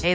Hey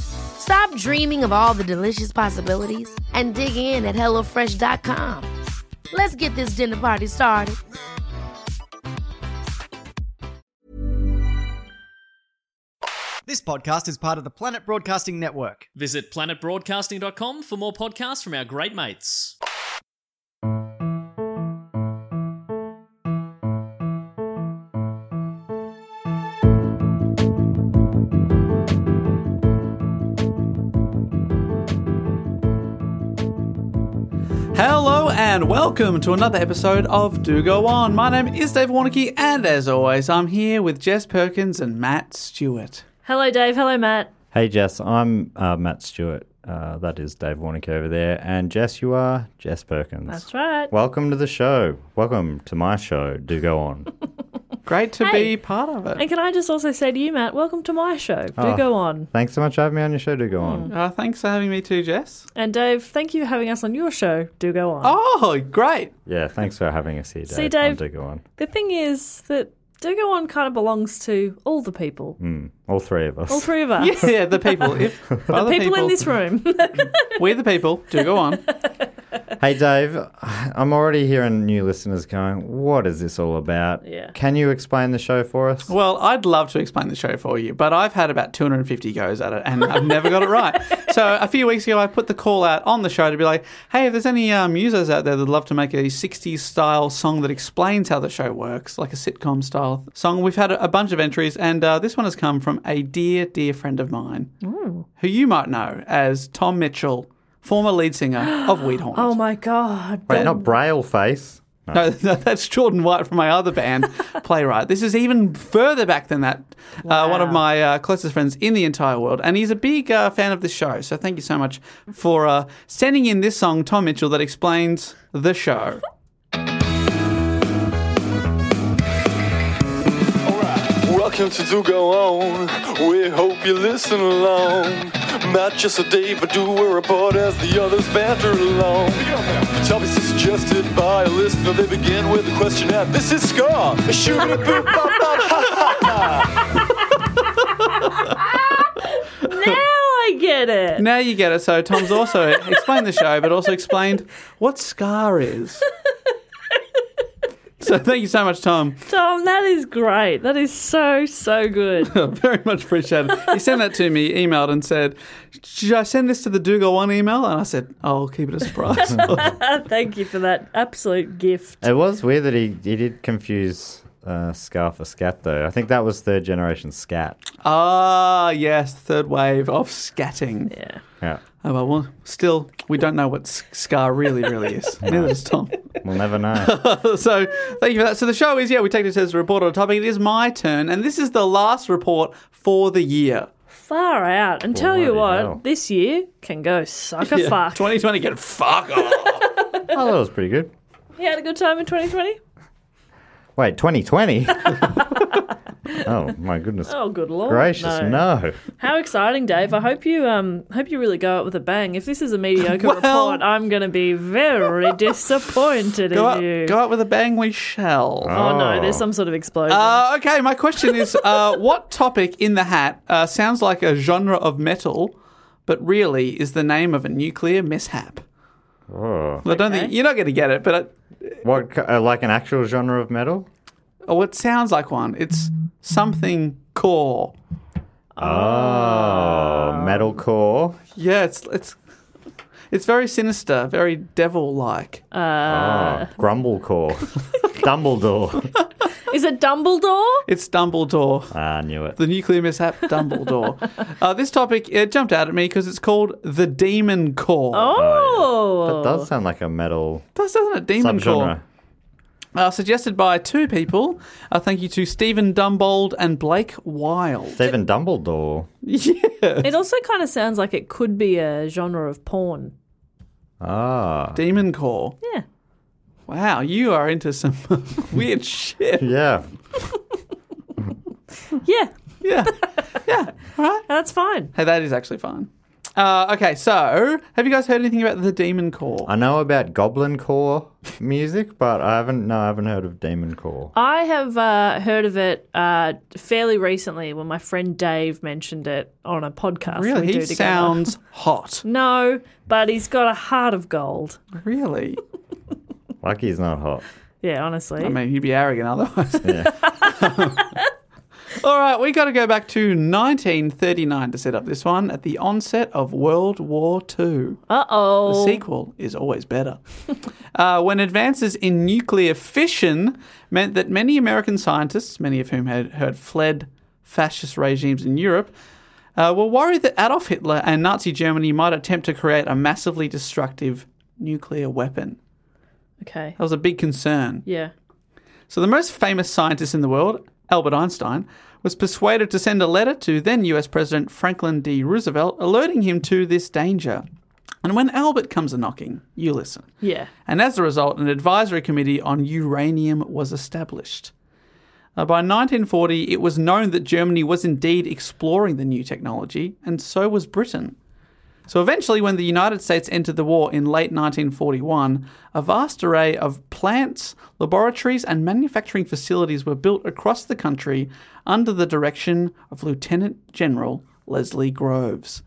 Stop dreaming of all the delicious possibilities and dig in at HelloFresh.com. Let's get this dinner party started. This podcast is part of the Planet Broadcasting Network. Visit planetbroadcasting.com for more podcasts from our great mates. Hello and welcome to another episode of Do Go On. My name is Dave Warnocky, and as always, I'm here with Jess Perkins and Matt Stewart. Hello, Dave. Hello, Matt. Hey, Jess, I'm uh, Matt Stewart. Uh, that is Dave Warnick over there. And Jess, you are Jess Perkins. That's right. Welcome to the show. Welcome to my show, Do Go On. Great to be Hey. part of it. And can I just also say to you, Matt, welcome to my show. Do Oh. go on. Thanks so much for having me on your show, Do Go On. Uh, thanks for having me too, Jess. And Dave, thank you for having us on your show. Do go on. Oh, great. Yeah, thanks for having us here, Dave. See, on Dave. Do Go On. The thing is that Do Go On kind of belongs to all the people, Mm. All three of us. all three of us. Yeah, the people. If The other people, in this room. We're the people. Do go on. Hey, Dave, I'm already hearing new listeners going, What is this all about? Yeah. Can you explain the show for us? Well, I'd love to explain the show for you, but I've had about 250 goes at it and I've never got it right. So a few weeks ago, I put the call out on the show to be like, hey, if there's any um, users out there that'd love to make a 60s style song that explains how the show works, like a sitcom style song, we've had a, a bunch of entries, and uh, this one has come from a dear, dear friend of mine who you might know as Tom Mitchell, former lead singer of Weed Hornet. oh my God. Wait, not Braille Face. No, that's Jordan White from my other band, Playwright. This is even further back than that. Uh, one of my uh, closest friends in the entire world. And he's a big uh, fan of the show. So thank you so much for uh, sending in this song, Tom Mitchell, that explains the show. Welcome to Do Go On. We hope you listen along. Not just a Dave, but do we're a part as the others banter along. Topics are suggested by a listener. They begin with the question at This is Scar. A shooter, boop, bop, bop, ha, ha, ha. now I get it. now you get it. So Tom's also explained the show, but also explained what Scar is. So thank you so much, Tom. Tom, that is great. That is so, so good. Very much appreciated. He sent that to me, emailed, and said, "Should I send this to the Do Go One email?" And I said, "I'll keep it a surprise." thank you for that absolute gift. It was weird that he, he did confuse uh, Scar for Scat, though. I think that was third generation Scat. Ah, yes, third wave of scatting. Yeah. Yeah. Oh, well, well, still, we don't know what s- scar really, really is. Neither does Tom. We'll never know. so, thank you for that. So, the show is, yeah, we take this as a report on a topic. It is my turn, and this is the last report for the year. Far out. And tell you Bloody what, hell. this year can go suck a Yeah, fuck. 2020, get fuck off. oh, that was pretty good. You had a good time in 2020? Wait, 2020? Oh my goodness. Oh, good lord! Gracious, no. How exciting, Dave! I hope you um hope you really go out with a bang. If this is a mediocre Well- report, I'm going to be very disappointed Go in you. out, go out with a bang, we shall. Oh no, there's some sort of explosion. Uh, okay, my question is uh, what topic in the hat uh, sounds like a genre of metal, but really is the name of a nuclear mishap? Well, I don't think you're not going to get it, but it, Oh. What, ki- uh, like an actual genre of metal? oh, it sounds like one. It's something core. Oh, metalcore. Yeah, it's it's it's very sinister, very devil-like. Uh. Ah, grumblecore. Dumbledore. is it Dumbledore? It's Dumbledore. Ah, I knew it. The nuclear mishap, Dumbledore. uh, this topic it jumped out at me because it's called the Demon Core. Oh, That does sound like a metal Does- doesn't it? Demon subgenre. Core. Uh, suggested by two people. Uh, thank you to Stephen Dumbold and Blake Wild. Stephen Dumbledore. yeah. it also kind of sounds like it could be a genre of porn. Ah, Demon Core. Yeah. Wow, you are into some weird shit. yeah. Yeah, Yeah. that's fine. Hey, that is actually fine. Uh, okay, so have you guys heard anything about the Demon Core? I know about goblin core music, but I haven't. No, I haven't heard of demon core. I have uh, heard of it uh, fairly recently when my friend Dave mentioned it on a podcast. really? we He do together. sounds hot. No, but he's got a heart of gold. Really? Lucky he's not hot. Yeah, honestly. I mean, he'd be arrogant otherwise. All right, we got to go back to 1939 to set up this one at the onset of World War II. uh The oh. sequel is always better. uh, when advances in nuclear fission meant that many American scientists, many of whom had, had fled fascist regimes in Europe, uh, were worried that Adolf Hitler and Nazi Germany might attempt to create a massively destructive nuclear weapon. Okay. That was a big concern. Yeah. So the most famous scientist in the world, Albert Einstein, was persuaded to send a letter to then US President Franklin D. Roosevelt alerting him to this danger. And when Albert comes a knocking, you listen. Yeah. And as a result, an advisory committee on uranium was established. Uh, by 1940, it was known that Germany was indeed exploring the new technology, and so was Britain. So eventually, when the United States entered the war in late 1941, a vast array of plants, laboratories, and manufacturing facilities were built across the country under the direction of Lieutenant General Leslie Groves.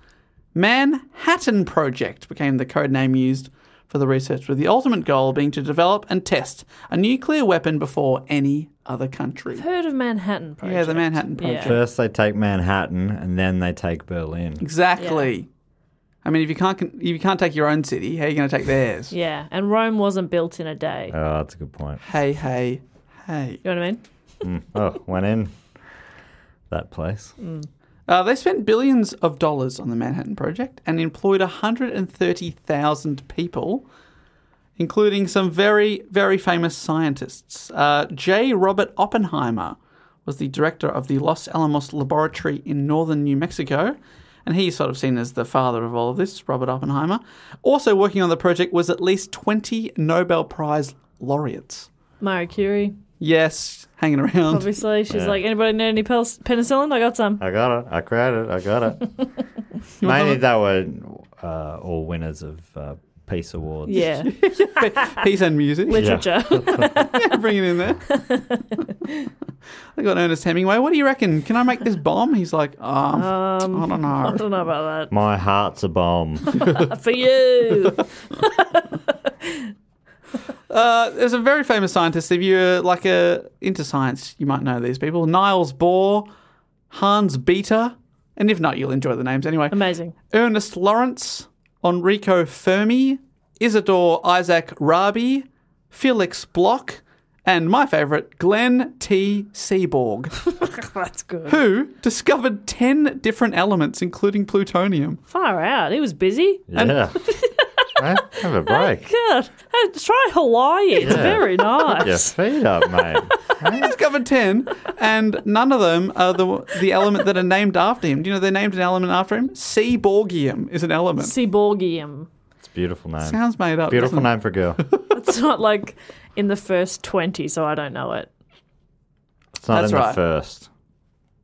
Manhattan Project became the code name used for the research, with the ultimate goal being to develop and test a nuclear weapon before any other country. Heard of Manhattan Project? Yeah, the Manhattan Project. First they take Manhattan, and then they take Berlin. Exactly. I mean, if you can't if you can't take your own city, how are you going to take theirs? Yeah. And Rome wasn't built in a day. Oh, that's a good point. Hey, hey, hey. You know what I mean? Oh, went in that place. Uh, they spent billions of dollars on the Manhattan Project and employed 130,000 people, including some very, very famous scientists. Uh, J. Robert Oppenheimer was the director of the Los Alamos Laboratory in northern New Mexico, and he's sort of seen as the father of all of this, Robert Oppenheimer. Also working on the project was at least 20 Nobel Prize laureates. Marie Curie, Yes, hanging around. obviously. She's like, anybody need any pel- penicillin? I got some. I got it. I created it. I got it. Mainly they were uh, all winners of uh, peace awards. Yeah. Peace and music. Literature. Bring it in there. they got Ernest Hemingway. What do you reckon? Can I make this bomb? He's like, um, I don't I know. don't know about My heart's a bomb. that. For you. Uh, there's a very famous scientist. If you're like a, into science, you might know these people: Niels Bohr, Hans Bethe, and if not, you'll enjoy the names anyway. Amazing. Ernest Lawrence, Enrico Fermi, Isidore Isaac Rabi, Felix Bloch, and my favourite, Glenn T. Seaborg. That's good. who discovered 10 different elements, including plutonium. Far out. He was busy. yeah. Eh, Have a Oh break. God. Hey, try Hawaii. It's Yeah. very Put your nice. feet up, mate. Eh? Discovered 10, and none of them are the, the element that are named after him. Do you know they named an element after him? Seaborgium is an element. Seaborgium. It's a beautiful name. Sounds made up. beautiful doesn't it? name for a girl. It's not like in the first 20, so I don't know it. It's not That's in the right. first.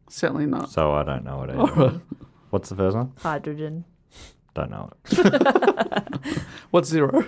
Certainly not. So I don't know it either. What's the first one? Hydrogen. Don't know it. What's zero?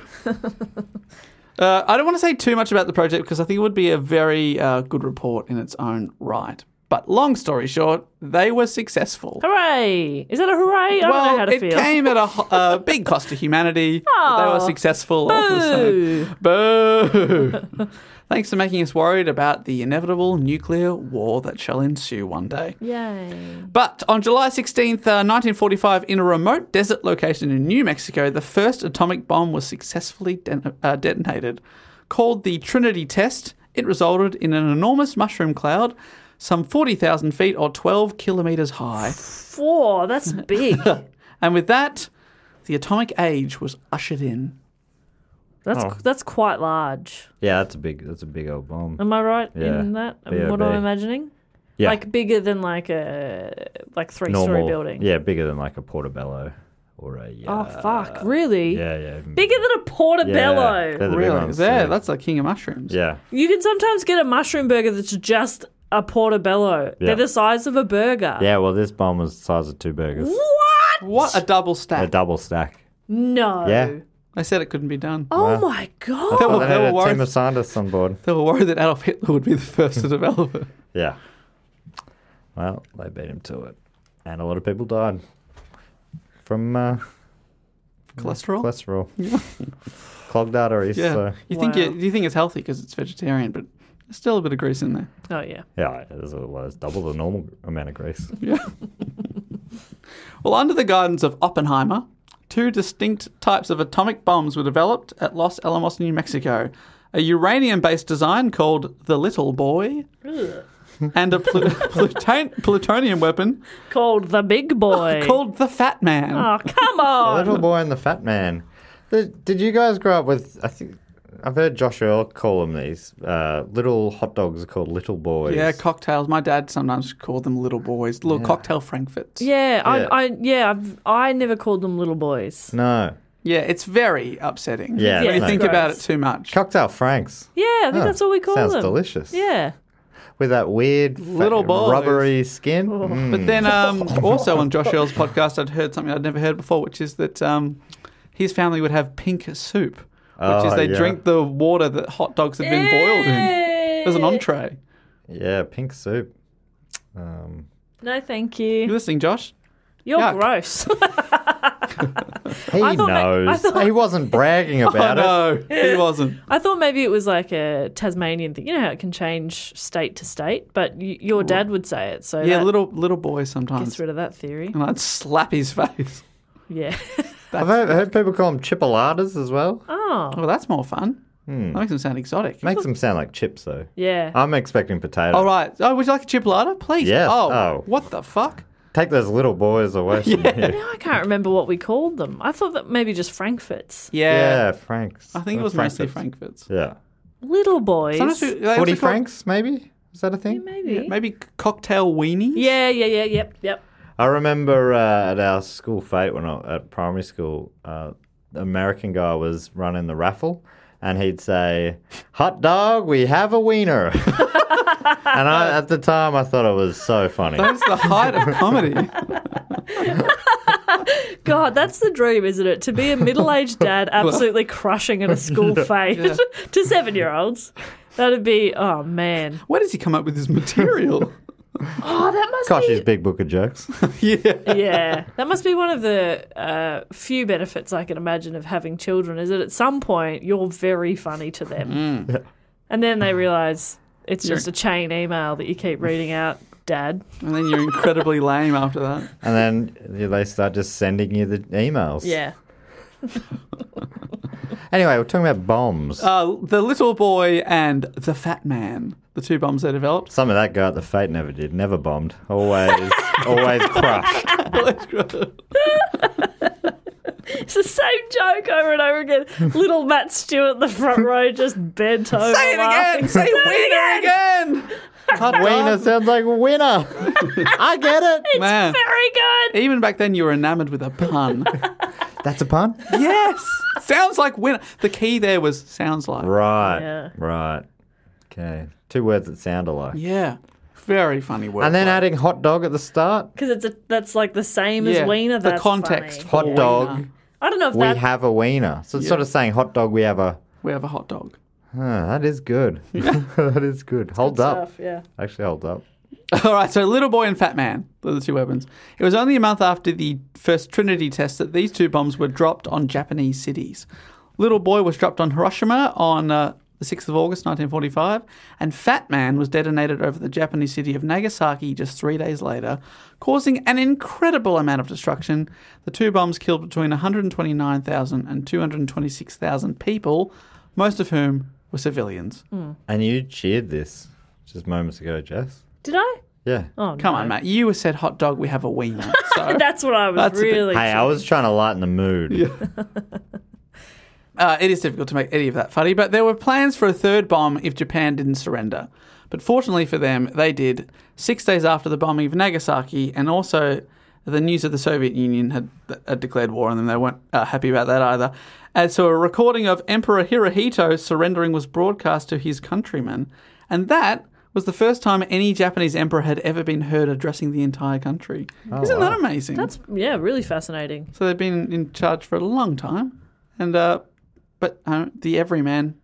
uh, I don't want to say too much about the project because I think it would be a very uh, good report in its own right. But long story short, they were successful. Hooray! Is that a hooray? I don't know how Well, to it feel. came at a, ho- a big cost to humanity. but they were Aw. successful. Boo. Boo! Thanks for making us worried about the inevitable nuclear war that shall ensue one day. Yay. But on July 16th, uh, 1945, in a remote desert location in New Mexico, the first atomic bomb was successfully den- uh, detonated. Called the Trinity Test, it resulted in an enormous mushroom cloud some 40,000 feet or 12 kilometres high. Four. That's big. Oh. And with that, the atomic age was ushered in. That's Oh. that's quite large. Yeah, that's a big. That's a big old bomb. Am I right Yeah. in that? Yeah, what I'm big. imagining? Yeah, Um, Like bigger than like a like three normal story building. Yeah, bigger than like a portobello or a. Oh Uh, fuck! Really? Yeah, yeah. Bigger than a portobello. Yeah, they're the big Really? ones, There, yeah. that's the king of mushrooms. yeah. You can sometimes get a mushroom burger that's just a portobello. Yeah. They're the size of a burger. Yeah, well, this bomb was the size of two burgers. What? What a double A stack. double stack. No. Yeah. They said it couldn't be done. Oh my god. They Well, were, they they had were a worried, team of scientists on board. they were worried that Adolf Hitler would be the first to develop it. Yeah. Well, they beat him to it. And a lot of people died from uh, Cholesterol? cholesterol. Clogged arteries. Yeah. So. You think Wow. you, you think it's healthy because it's vegetarian, but there's still a bit of grease in there. Oh yeah. Yeah, it was, well, it's double the normal amount of grease. Well, under the guidance of Oppenheimer, two distinct types of atomic bombs were developed at Los Alamos, New Mexico. A uranium-based design called the Little Boy, and a plu- pluton- plutonium weapon Called the big boy. called the Fat Man. Oh come The on. little Um, boy and the fat man. The, did you guys grow up with? I think I've heard Josh Earl call them these. Uh, little hot dogs are called little boys. Yeah, cocktails. My dad sometimes called them little boys, little cocktail frankfurts. Yeah, Yeah. I, I yeah, I've, I never called them little boys. no. Yeah, it's very upsetting. Yeah, when you no. think gross. about it too much. Cocktail Franks. Yeah, I think Oh, that's what we call sounds them. delicious. Yeah. With that weird fat- Little boys. rubbery skin. Mm. But then um, also on Josh Earl's podcast, I'd heard something I'd never heard before, which is that um, his family would have pink soup, which is Oh, they yeah. drink the water that hot dogs had been boiled in as an entree. Yeah, pink soup. Um, No, thank You you. listening, Josh? You're Yuck. gross. he I thought- I- I knows. thought- He wasn't bragging Oh, about it. no, he wasn't. I thought maybe it was like a Tasmanian thing. You know how it can change state to state, but y- your dad would say it, so Yeah, that little little boy sometimes. gets rid of that theory. And I'd slap his face. Yeah. I've heard, heard people call them chipolatas as well. oh, Well, that's more fun. That makes him sound exotic. Hmm. Makes them sound like chips though. yeah. I'm expecting potato. All right. Oh, would you like a chipolata? Please. Yes. Oh, Oh. what the fuck? Take those little boys away from here. Now I can't remember what we called them. I thought that maybe just Frankfurts. Yeah, francs. I think it Or was mostly frankfurts. frankfurts. Yeah. Little boys. Sometimes we- they Forty also call- francs, maybe? Is that a thing? maybe. Maybe cocktail weenies. Yeah, yeah, yeah, yep, yep. I remember uh, at our school fete when I at primary school, uh, the American guy was running the raffle, and he'd say, "Hot dog, we have a wiener." and I, at the time, I thought it was so funny. That was the height of comedy. God, that's the dream, isn't it? To be a middle aged dad absolutely crushing at a school fete to seven year olds. That'd be, oh man. Where does he come up with his material? Oh, that must Gosh, his big book of jokes. yeah, that must be one of the uh, few benefits I can imagine of having children is that at some point you're very funny to them. Mm. And then they realize it's just a chain email that you Mm. keep reading out, Dad. and then you're incredibly lame after that. and then yeah, they start just sending you the emails. Yeah. Anyway, we're talking about bombs. Uh, the little boy and the fat man, the two bombs they developed. Some of that guy at the fate never did. Never bombed. Always, always crushed. It's the same joke over and over again. Little Matt Stewart in the front row just bent over. Say it laughing. again! Say it wiener again! Hot dog. Wiener sounds like winner. I get it. Man. Very good. Even back then, you were enamored with a pun. That's a pun. yes! Sounds like winner. The key there was sounds like. Right. Yeah. Right. Okay. Two words that sound alike. Yeah. very funny word. And then adding hot dog at the start. because it's a, that's like the same Yeah, as wiener. the That's context. funny. Hot Wiener. dog. I don't know if We that. have a wiener. So it's sort of saying hot dog. We have a. we have a hot dog. Huh, that is good. that is good. Holds up. stuff, yeah. Actually, holds up. All right, so Little Boy and Fat Man, those are the two weapons. It was only a month after the first Trinity test that these two bombs were dropped on Japanese cities. Little Boy was dropped on Hiroshima on uh, the 6th of August 1945, and Fat Man was detonated over the Japanese city of Nagasaki just three days later, causing an incredible amount of destruction. The two bombs killed between 129,000 and 226,000 people, most of whom were civilians. And you cheered this just moments ago, Jess. Did I? Yeah. Oh, Come no. on, Matt, you said hot dog, we have a wiener. So. That's what I was That's a bit- really. Hey, I was trying to lighten the mood. Uh, it is difficult to make any of that funny, but there were plans for a third bomb if Japan didn't surrender. But fortunately for them, they did six days after the bombing of Nagasaki, and also the news that the Soviet Union had, had declared war on them. They weren't uh, happy about that either. And so a recording of Emperor Hirohito surrendering was broadcast to his countrymen, and that was the first time any Japanese emperor had ever been heard addressing the entire country. Isn't that amazing? That's yeah, really fascinating. So they've been in charge for a long time, and uh, but uh, the everyman,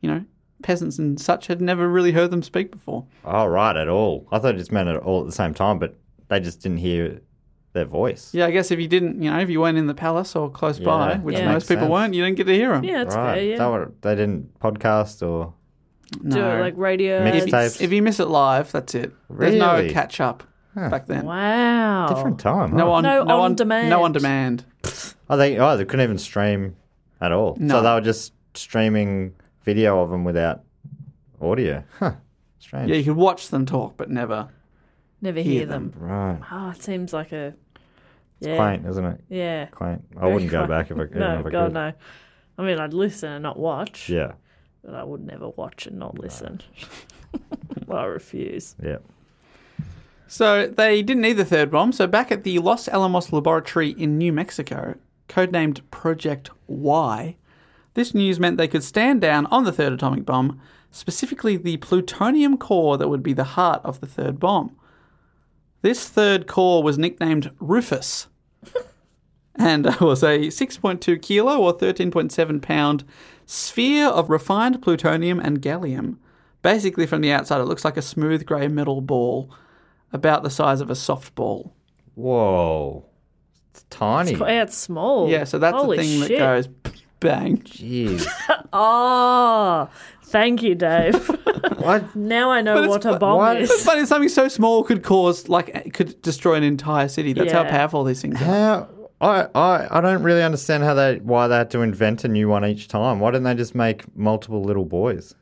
you know, peasants and such had never really heard them speak before. Oh, right, at all. I thought it just meant it all at the same time, but they just didn't hear their voice. Yeah, I guess if you didn't, you know, if you weren't in the palace or close Yeah, by, which Yeah. most makes people sense. weren't, you didn't get to hear them. Yeah, that's right. fair. Yeah, Is that what- they didn't podcast or. no. do it like radio. Mixed ads. tapes. if you miss it live, that's it. There's no Really? catch up back then. Wow. Different time. No huh? on, No on on demand. No on demand. Oh, they, oh, they couldn't even stream at all. No. So they were just streaming video of them without audio. Huh. Strange. Yeah, you could watch them talk, but never. Never hear hear, them. Right. Oh, it seems like a. Yeah. Quaint, isn't it? Yeah. Quaint. I Very wouldn't go quaint. back if I, even No, if I God, could. no. I mean, I'd listen and not watch, Yeah. but I would never watch and not listen. I refuse. Yeah. So they didn't need the third bomb. So back at the Los Alamos laboratory in New Mexico, codenamed Project Y, this news meant they could stand down on the third atomic bomb, specifically the plutonium core that would be the heart of the third bomb. This third core was nicknamed Rufus and was a 6.2 kilo or 13.7 pound sphere of refined plutonium and gallium. Basically, from the outside, it looks like a smooth grey metal ball about the size of a softball. Whoa. It's tiny. It's qu- Yeah, it's small. Yeah, so that's Holy the thing shit. that goes bang. Jeez. Oh, thank you, Dave. what? now I know it's what a fu- bomb why- is. But it's something so small could cause like it could destroy an entire city. That's how Yeah. powerful these things are. How? I, I, I don't really understand how they why they had to invent a new one each time. Why didn't they just make multiple little boys?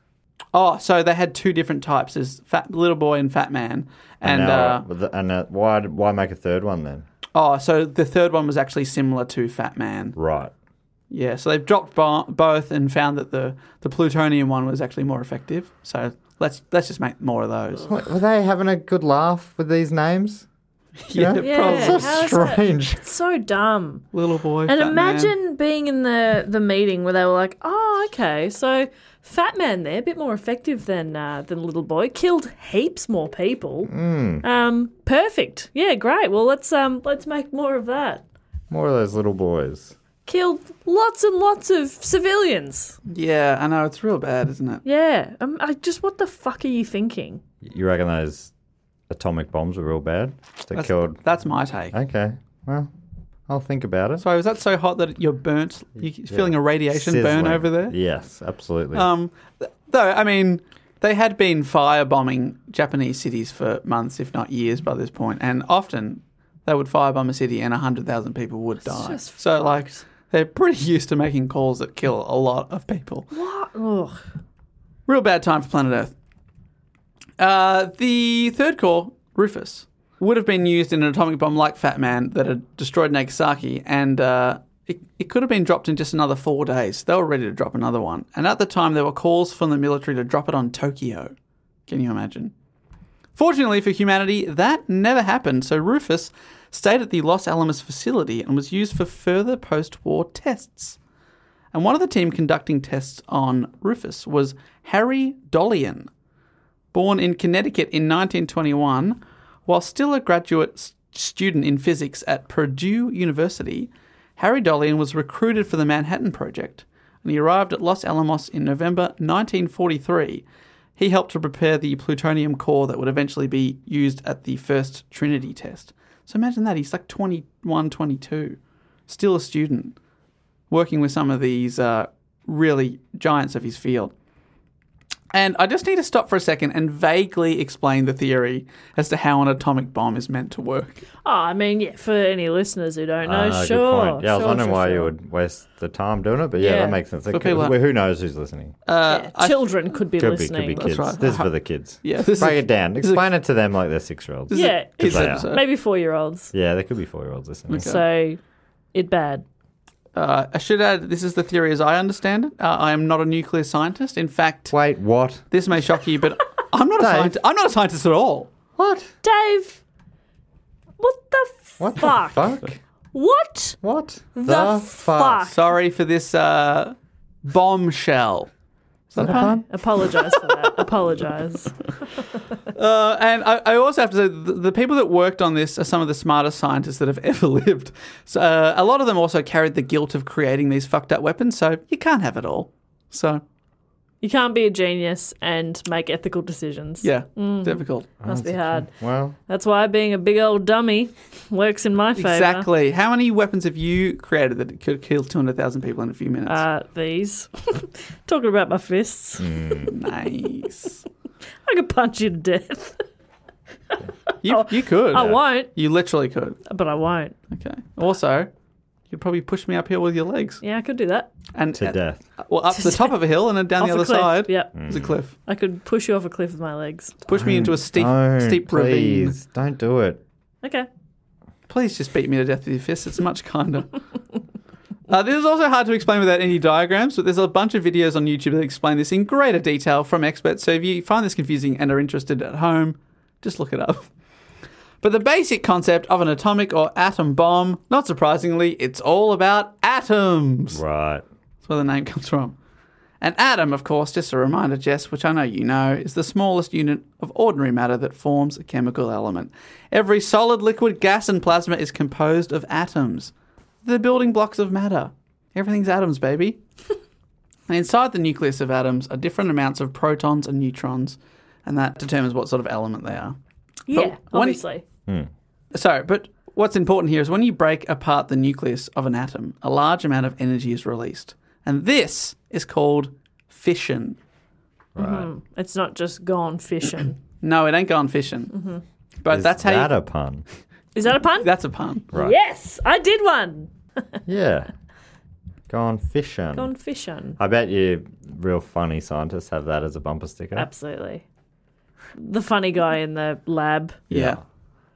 Oh, so they had two different types: is fat little boy and fat man. And uh, now- with the- and uh, why why make a third one then? oh, so the third one was actually similar to fat man. Right. Yeah, so they've dropped bo- both and found that the the plutonium one was actually more effective. So let's let's just make more of those. What, were they having a good laugh with these names? yeah, Yeah. probably. So Yeah, how is that- strange. It's so dumb. Little boy. And fat man. imagine being in the, the meeting where they were like, oh, okay, so Fat Man there, a bit more effective than uh, than Little Boy, killed heaps more people. Hmm. Um, perfect. Yeah, great. Well, let's um, let's make more of that. More of those little boys. Killed lots and lots of civilians. Yeah, I know it's real bad, isn't it? Yeah. Um, I just what the fuck are you thinking? You reckon those atomic bombs were real bad? They That's, killed. that's my take. Okay. Well, I'll think about it. So is that so hot that you're burnt? You're feeling a radiation burn Sizzling. over there? Yes, absolutely. Um, th- though, I mean, they had been firebombing Japanese cities for months, if not years, by this point, and often they would firebomb a city and 100,000 people would die. just so, like, they're pretty used to making calls that kill a lot of people. What? Ugh. Real bad time for planet Earth. Uh, the third core, Rufus, would have been used in an atomic bomb like Fat Man that had destroyed Nagasaki, and uh, it, it could have been dropped in just another four days. They were ready to drop another one. And at the time, there were calls from the military to drop it on Tokyo. Can you imagine? Fortunately for humanity, that never happened, so Rufus stayed at the Los Alamos facility and was used for further post war tests. And one of the team conducting tests on Rufus was Harry Dolian. born in Connecticut in 1921, while still a graduate s- student in physics at Purdue University, Harry Dolian was recruited for the Manhattan Project, and he arrived at Los Alamos in November 1943. He helped to prepare the plutonium core that would eventually be used at the first Trinity test. So imagine that. He's like 21, 22, still a student, working with some of these uh, really giants of his field. And I just need to stop for a second and vaguely explain the theory as to how an atomic bomb is meant to work. Oh, I mean, yeah, for any listeners who don't know, Ah, good sure. point. Yeah, I was sure, wondering sure, why sure. you would waste the time doing it, but yeah, Yeah. that makes sense. For It could- people that- who knows who's listening? Uh, I- Children could be could be, could listening. be kids. right. This is for the kids. Yeah, this break is- it down. this is- Explain it to them like they're six year olds. This is a Yeah. kids Good layout. episode. Maybe four year olds. Yeah, there could be four year olds listening. So, it bad. Uh, I should add, this is the theory as I understand it. Uh, I am not a nuclear scientist. In fact, Wait, what? this may shock you, but I'm not a Dave. scientist. I'm not a scientist at all. What? Dave, what the What fuck? the fuck? What? What the, fuck? Sorry for this uh, bombshell. Is that a pun? Apologize for that. Apologize. Uh, and I, I also have to say, the, the people that worked on this are some of the smartest scientists that have ever lived. So, uh, a lot of them also carried the guilt of creating these fucked up weapons, so you can't have it all. So, You can't be a genius and make ethical decisions. yeah, Mm. difficult. Must be hard. Well, That's why being a big old dummy works in my favor. Exactly. How many weapons have you created that could kill 200,000 people in a few minutes? Uh, these. Talking about my fists. Mm. nice. I could punch you to death. You, you could. Oh, I won't, You literally could. but I won't. Okay. Also, you'd probably push me uphill with your legs. Yeah, I could do that. And, uh, to death. Well, up to the top of a hill and then down the Off a other cliff. side. Mm. Yep. There's a cliff. I could push you off a cliff with my legs. Push me into a steep, Don't, steep ravine. Oh, please, don't do it. Okay. Please just beat me to death with your fists. It's much kinder. uh, this is also hard to explain without any diagrams, but there's a bunch of videos on YouTube that explain this in greater detail from experts. So if you find this confusing and are interested at home, just look it up. But the basic concept of an atomic or atom bomb, not surprisingly, it's all about atoms. Right. That's where the name comes from. An atom, of course, just a reminder, Jess, which I know you know, is the smallest unit of ordinary matter that forms a chemical element. Every solid, liquid, gas, and plasma is composed of atoms. They're building blocks of matter. Everything's atoms, baby. and inside the nucleus of atoms are different amounts of protons and neutrons, and that determines what sort of element they are. Yeah, when- obviously. So, but what's important here is when you break apart the nucleus of an atom, a large amount of energy is released. And this is called fission. Mm-hmm. It's not just gone fishing. No, it ain't gone fission. But Mm-hmm. Is that's how that you, a pun? Is that a pun? that's a pun. Right. Yes, I did one. Yeah. Go on fishing. Gone fishing. I bet you real funny scientists have that as a bumper sticker. Absolutely. The funny guy in the lab. Yeah.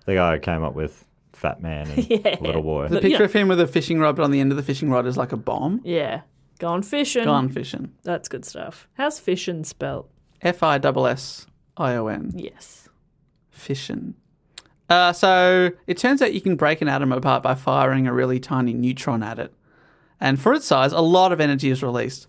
The guy who came up with Fat Man and Little Boy. The picture of him with a fishing rod, but on the end of the fishing rod is like a bomb. Yeah. Gone fishing. Mm. Gone fission. That's good stuff. How's fishing spelt? F I S S I O N. Yes. fission. Uh, so it turns out you can break an atom apart by firing a really tiny neutron at it. And for its size, a lot of energy is released.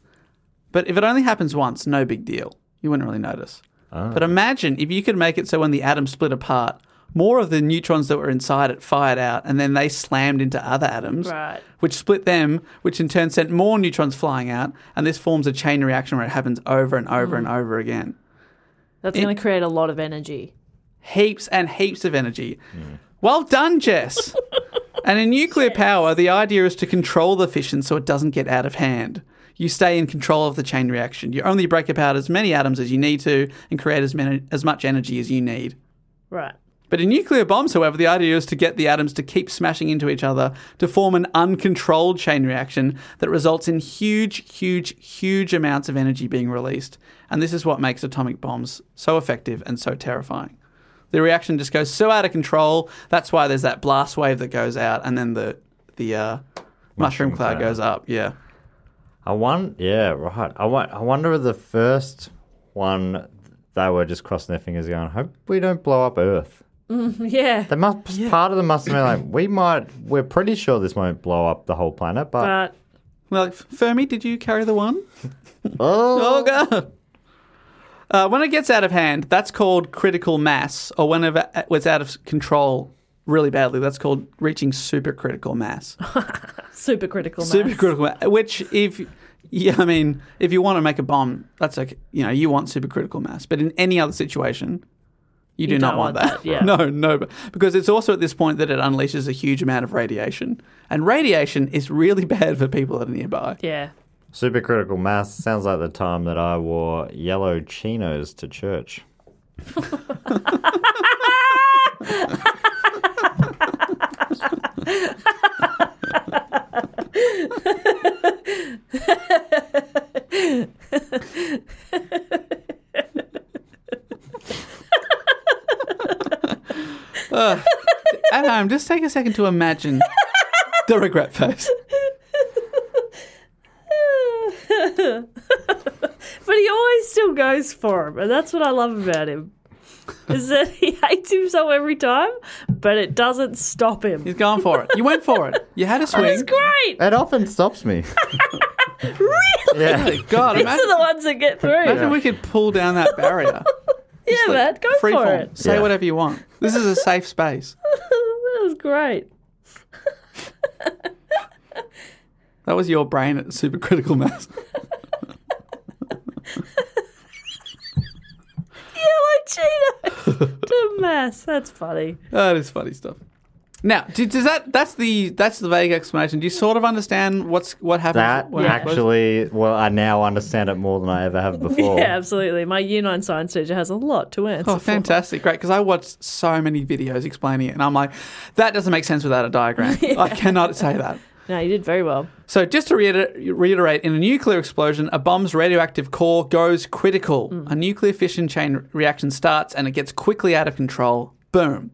But if it only happens once, no big deal. You wouldn't really notice. But imagine if you could make it so when the atom split apart, more of the neutrons that were inside it fired out and then they slammed into other atoms, Right. which split them, which in turn sent more neutrons flying out. And this forms a chain reaction where it happens over and over and over again. That's going to create a lot of energy. heaps and heaps of energy. Well done, Jess. and in nuclear power, the idea is to control the fission so it doesn't get out of hand. You stay in control of the chain reaction. You only break apart as many atoms as you need to and create as, many, as much energy as you need. Right. But in nuclear bombs, however, the idea is to get the atoms to keep smashing into each other to form an uncontrolled chain reaction that results in huge, huge, huge amounts of energy being released. And this is what makes atomic bombs so effective and so terrifying. The reaction just goes so out of control. That's why there's that blast wave that goes out, and then the the uh, mushroom, cloud, cloud. goes up. Yeah, I won. Yeah, right. I want. I wonder if the first one they were just crossing their fingers, going, "Hope we don't blow up Earth." Yeah. They must. Part of them must have been like, "We might. We're pretty sure this won't blow up the whole planet, but But We're like Fermi, did you carry the one? oh, Oh god. Uh, when it gets out of hand, that's called critical mass, or whenever it's out of control really badly, that's called reaching supercritical mass. Supercritical mass. supercritical mass, which if yeah, I mean, if you want to make a bomb, that's okay. You know, you want supercritical mass, but in any other situation, you, do You not don't want, want that. that, yeah. no, no, but- because it's also at this point that it unleashes a huge amount of radiation, and radiation is really bad for people that are nearby. Yeah. Supercritical mass sounds like the time that I wore yellow chinos to church. At home, just take a second to imagine the regret face. but he always still goes for him, and that's what I love about him. Is that he hates himself every time, but it doesn't stop him. He's going for it. You went for it. You had a It's swing. great. It often stops me. Really? Yeah. God, These imagine, are the ones that get through. imagine Yeah, we could pull down that barrier. Just, like, man, go for free form. it. Say Yeah. whatever you want. This is a safe space. that was great. That was your brain at supercritical mass. Yellow Cheetos to mass. That's funny. that is funny stuff. Now, do- does that that's the that's the vague explanation. Do you sort of understand what's what That happened? actually, well, I now understand it more than I ever have before. Yeah, absolutely. My Year 9 science teacher has a lot to answer. Oh, for. fantastic! Great, because I watched so many videos explaining it, and I'm like, that doesn't make sense without a diagram. I cannot say that. No, you did very well. So, just to reiter- reiterate, in a nuclear explosion, a bomb's radioactive core goes critical. A nuclear fission chain reaction starts and it gets quickly out of control. Boom.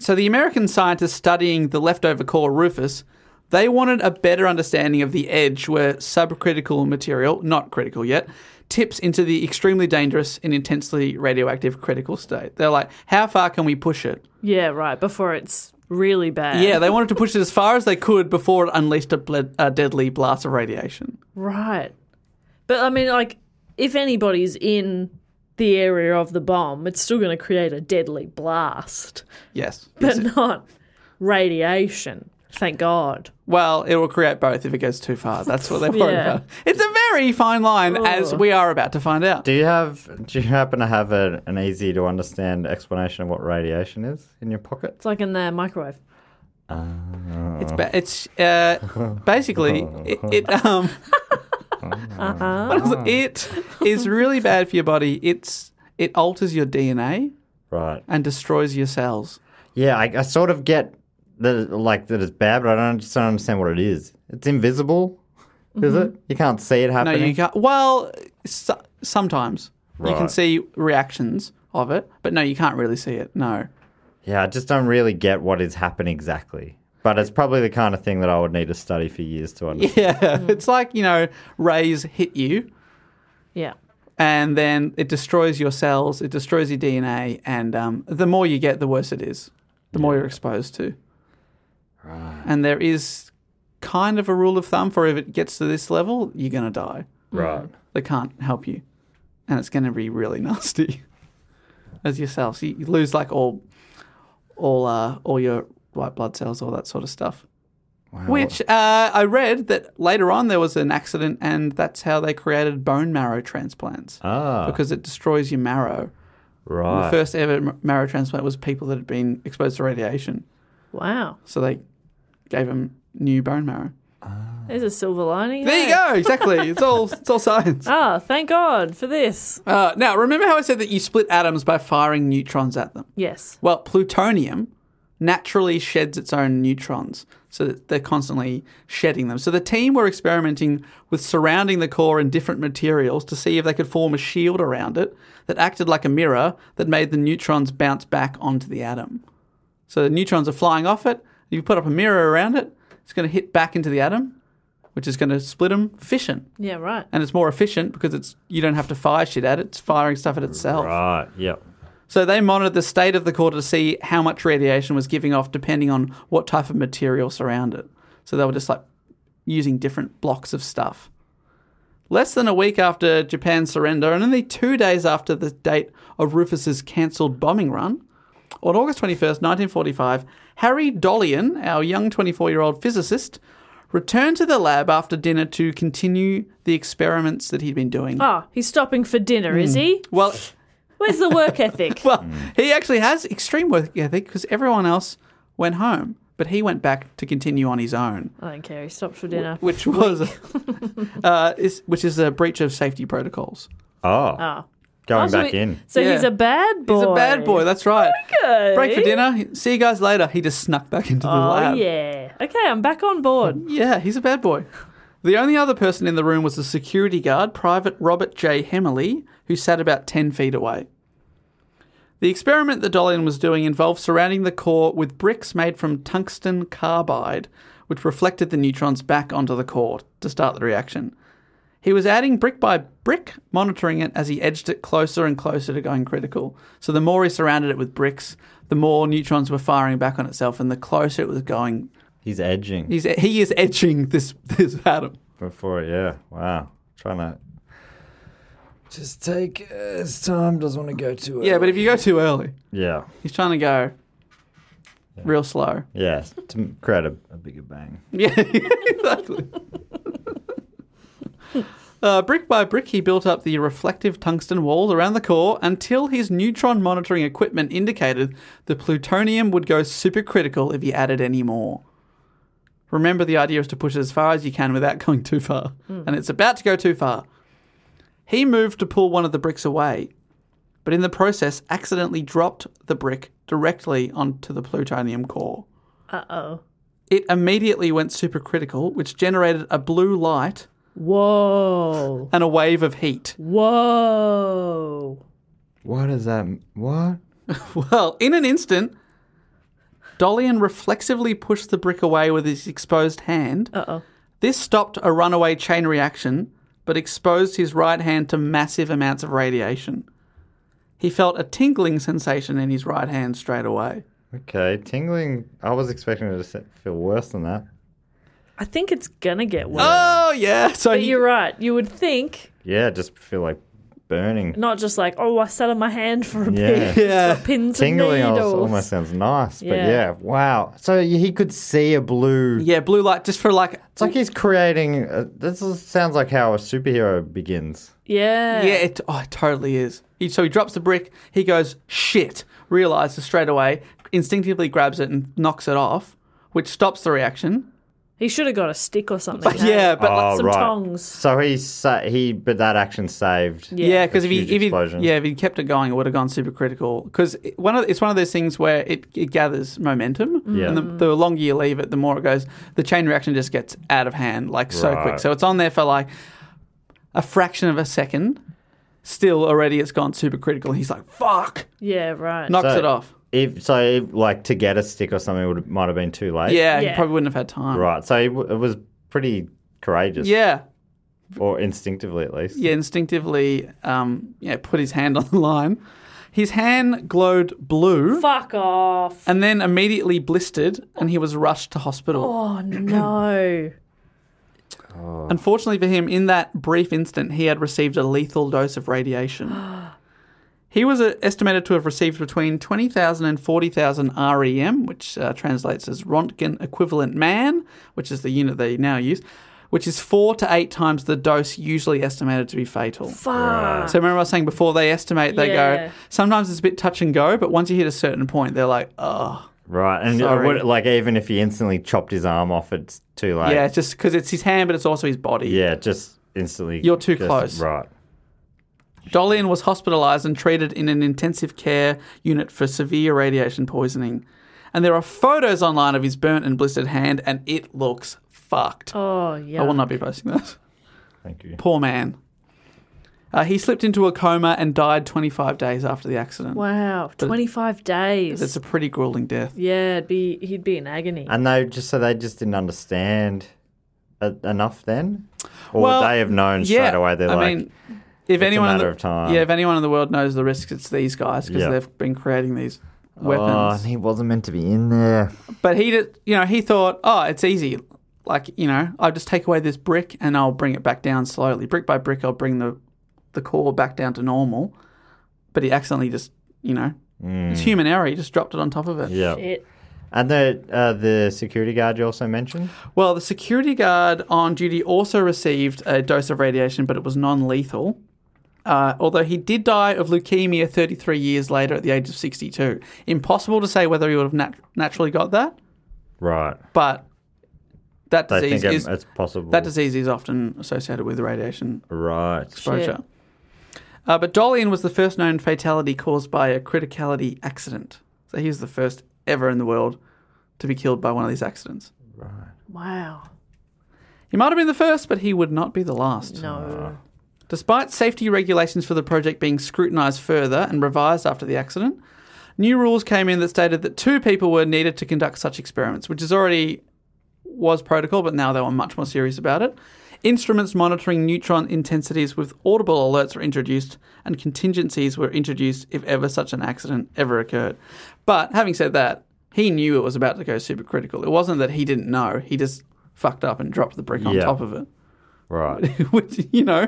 So, the American scientists studying the leftover core Rufus, they wanted a better understanding of the edge where subcritical material, not critical yet, tips into the extremely dangerous and intensely radioactive critical state. They're like, how far can we push it? Yeah, right. Before it's really bad. Yeah, they wanted to push it as far as they could before it unleashed a, bled- a deadly blast of radiation. Right. But I mean, like, if anybody's in the area of the bomb, it's still going to create a deadly blast, Yes. but not radiation. Thank God. Well, it will create both if it goes too far. That's what they're worried Yeah. about. It's a very fine line, as we are about to find out. Do you have? Do you happen to have a, an easy to understand explanation of what radiation is in your pocket? It's like in the microwave. It's ba- it's uh, basically it. it um, Uh-huh. what is it? It is really bad for your body. It's it alters your DNA Right. and destroys your cells. Yeah, I, I sort of get that, like that it's bad, but I don't just don't understand what it is. It's invisible, is it? You can't see it Mm-hmm. No, happening. you can't. Well, so, sometimes you can Right. see reactions of it, but no, you can't really see it. No. Yeah, I just don't really get what is happening exactly. But it's probably the kind of thing that I would need to study for years to understand. Yeah, it's like you know, rays hit you. Yeah. and then it destroys your cells, it destroys your DNA, and um, the more you get, the worse it is. The more you're exposed to. Right. And there is kind of a rule of thumb for if it gets to this level, you're going to die. Right. They can't help you, and it's going to be really nasty as yourself. So you you lose like all, all, uh, all your white blood cells, all that sort of stuff. Which uh, I read that later on there was an accident, and that's how they created bone marrow transplants Ah, because it destroys your marrow. And right. The first ever m- marrow transplant was people that had been exposed to radiation, Wow. so they gave them new bone marrow. There's a silver lining. There you hey? go. Exactly. It's all it's all science. Ah, thank God for this. Uh, now remember how I said that you split atoms by firing neutrons at them. Yes. Well, plutonium naturally sheds its own neutrons, so that they're constantly shedding them. So the team were experimenting with surrounding the core in different materials to see if they could form a shield around it that acted like a mirror that made the neutrons bounce back onto the atom. So the neutrons are flying off it. You put up a mirror around it, it's going to hit back into the atom, which is going to split them, fission. Yeah, right. And it's more efficient because it's you don't have to fire shit at it, it's firing stuff at itself. Right. Yep. So they monitored the state of the core to see how much radiation was giving off depending on what type of material surrounded it. So they were just like using different blocks of stuff. Less than a week after Japan's surrender, and only two days after the date of Rufus's cancelled bombing run, on August 21st, 1945, Harry Dolian, our young 24 year old physicist, returned to the lab after dinner to continue the experiments that he'd been doing. Ah, he's stopping for dinner, is he? Hmm. Well, Where's the work ethic? well, he actually has extreme work ethic because everyone else went home, but he went back to continue on his own, I don't care. He stops for dinner. which was uh, is, which is a breach of safety protocols. Oh, Ah. going Oh, so back he- in. So Yeah. he's a bad boy. He's a bad boy. That's right. Okay. Break for dinner. See you guys later. He just snuck back into the Oh lab. yeah. Okay, I'm back on board. Yeah, he's a bad boy. The only other person in the room was the security guard, Private Robert J. Hemerly, who sat about 10 feet away. The experiment that Dolian was doing involved surrounding the core with bricks made from tungsten carbide, which reflected the neutrons back onto the core to start the reaction. He was adding brick by brick, monitoring it as he edged it closer and closer to going critical. So the more he surrounded it with bricks, the more neutrons were firing back on itself, and the closer it was going He's edging He's he is etching this this atom. before. Yeah, wow. Trying to just take uh, his time. Doesn't want to go too. Yeah, but if you go too early, yeah, he's trying to go real slow. yeah, to create a, a bigger bang. Yeah, exactly. uh, brick by brick, he built up the reflective tungsten walls around the core until his neutron monitoring equipment indicated the plutonium would go supercritical if he added any more. Remember, the idea is to push it as far as you can without going too far, and it's about to go too far. He moved to pull one of the bricks away, but in the process, accidentally dropped the brick directly onto the plutonium core. Uh oh. It immediately went supercritical, which generated a blue light Whoa. and a wave of heat. Whoa. What is that? m- What? Well, in an instant, Dolian reflexively pushed the brick away with his exposed hand. Uh oh. This stopped a runaway chain reaction, but exposed his right hand to massive amounts of radiation. He felt a tingling sensation in his right hand straight away. Okay, tingling. I was expecting it to se- feel worse than that. I think it's gonna get worse. Oh, yeah. So but he, you're right. You would think Yeah, just feel like burning. not just like oh I sat on my hand for a Yeah. bit. Yeah. Got pins Tingling and almost, needles. almost sounds nice, but Yeah. yeah, wow. So he could see a blue. yeah, blue light just for like. It's like he's creating. A, this is, sounds like how a superhero begins. Yeah. Yeah, it, oh, it totally is. He, so he drops the brick. He goes, shit, realizes straight away, instinctively grabs it and knocks it off, which stops the reaction. He should have got a stick or something. But yeah, but like, Oh, some right. tongs. So he sa- he, but that action saved. Yeah. yeah, because A if he huge if he explosion. yeah if he kept it going, it would have gone super critical. Because one of it's one of those things where it, it gathers momentum, Mm. Yeah. and the, the longer you leave it, the more it goes. The chain reaction just gets out of hand like so quick. Right. So it's on there for like a fraction of a second. Still, already it's gone super critical. He's like, fuck, Yeah, right. knocks So- it off. If so, if, like to get a stick or something would might have been too late. Yeah, he Yeah. probably wouldn't have had time. Right. So he w- it was pretty courageous. Yeah. Or instinctively at least. Yeah, instinctively, um, yeah, put his hand on the line. His hand glowed blue Fuck off. and then immediately blistered, and he was rushed to hospital. Oh no. Unfortunately for him, in that brief instant, he had received a lethal dose of radiation. he was uh, estimated to have received between 20,000 and 40,000 REM, which uh, translates as Röntgen equivalent man, which is the unit they now use, which is four to eight times the dose usually estimated to be fatal. Fuck. So remember I was saying before they estimate, they Ah. Yeah. go. Sometimes it's a bit touch and go, but once you hit a certain point, they're like, oh, Right. And it Sorry. would, like even if he instantly chopped his arm off, it's too late. yeah, it's just because it's his hand, but it's also his body. Yeah. Just instantly. You're too just- close. Right. Dolian was hospitalised and treated in an intensive care unit for severe radiation poisoning, and there are photos online of his burnt and blistered hand, and it looks fucked. Oh yeah. I will not be posting that. Thank you. Poor man. Uh, he slipped into a coma and died 25 days after the accident. Wow. Twenty five That's days. a pretty grueling death. Yeah, it'd be he'd be in agony. And they just so they just didn't understand e- enough then, or Well, they have known straight away. They're I like, mean, if a anyone in matter the- of time. Yeah, if anyone in the world knows the risks, it's these guys because Yeah. they've been creating these oh, weapons. and he wasn't meant to be in there. But he did, you know, he thought, oh, it's easy. like you know, I'll just take away this brick and I'll bring it back down slowly, brick by brick. I'll bring the the core back down to normal, but he accidentally just you know, Mm. it's human error. He just dropped it on top of it. Yeah. Shit. And the uh, the security guard you also mentioned. Well, the security guard on duty also received a dose of radiation, but it was non lethal. Uh, although he did die of leukemia 33 years later at the age of 62. Impossible to say whether he would have nat- naturally got that, Right. but that They disease think it- is it's possible. that disease is often associated with radiation Right. exposure. Uh, but Dolian was the first known fatality caused by a criticality accident. So he was the first ever in the world to be killed by one of these accidents. Wow. He might have been the first, but he would not be the last. No. Despite safety regulations for the project being scrutinised further and revised after the accident, new rules came in that stated that two people were needed to conduct such experiments, which is already was protocol, but now they were much more serious about it. Instruments monitoring neutron intensities with audible alerts were introduced, and contingencies were introduced if ever such an accident ever occurred. But having said that, he knew it was about to go supercritical. It wasn't that he didn't know; he just fucked up and dropped the brick on Yeah. top of it Right. which you know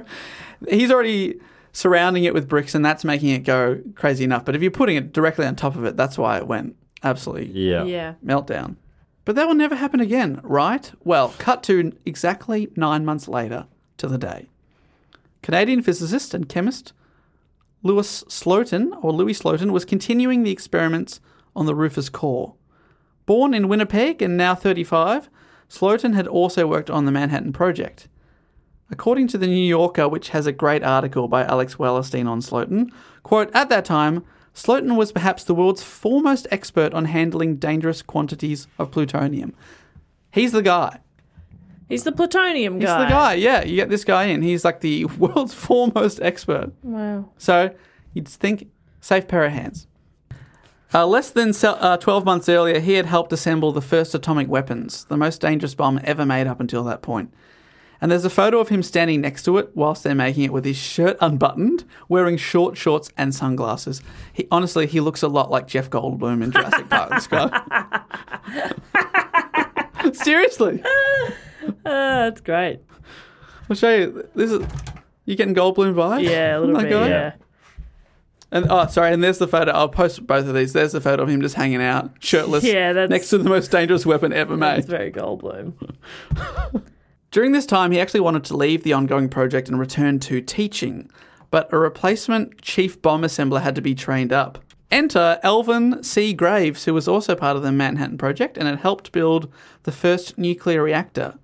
he's already surrounding it with bricks and that's making it go crazy enough but if you're putting it directly on top of it that's why it went absolutely Yeah. Yeah. meltdown but that will never happen again right well cut to exactly nine months later to the day canadian physicist and chemist lewis slotin or louis slotin was continuing the experiments on the rufus core born in winnipeg and now 35 slotin had also worked on the manhattan project According to the New Yorker, which has a great article by Alex Wellerstein on Slotin, quote, at that time, Slotin was perhaps the world's foremost expert on handling dangerous quantities of plutonium. He's the guy. He's the plutonium He's guy. the guy. Yeah, you get this guy in. He's like the world's foremost expert. Wow. So you'd think safe pair of hands. Uh, less than se- uh, 12 months earlier, he had helped assemble the first atomic weapons, the most dangerous bomb ever made up until that point. And there's a photo of him standing next to it whilst they're making it with his shirt unbuttoned, wearing short shorts and sunglasses. He honestly, he looks a lot like Jeff Goldblum in Jurassic Park. This guy. Seriously, Ah, that's great. I'll show you. This is you getting Goldblum vibes. Yeah, a little Isn't that bit. guy? Yeah. And oh, sorry. And there's the photo. I'll post both of these. There's the photo of him just hanging out, shirtless, Yeah, that's- next to the most dangerous weapon ever made. That's very Goldblum. During this time, he actually wanted to leave the ongoing project and return to teaching, but a replacement chief bomb assembler had to be trained up. Enter Elvin C. Graves, who was also part of the Manhattan Project and had helped build the first nuclear reactor,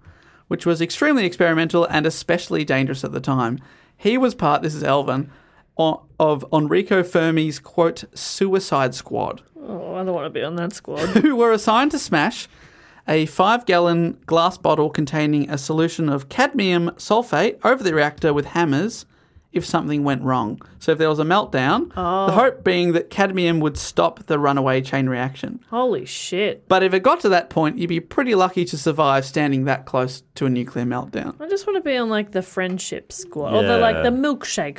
which was extremely experimental and especially dangerous at the time. He was part, this is Elvin, o- of Enrico Fermi's quote, suicide squad Oh, I don't want to be on that squad. who were assigned to smash a five gallon glass bottle containing a solution of cadmium sulfate over the reactor with hammers if something went wrong. So, if there was a meltdown, the hope being that cadmium would stop the runaway chain reaction. Holy shit. But if it got to that point, you'd be pretty lucky to survive standing that close to a nuclear meltdown. I just want to be on like the friendship squad or the like the milkshake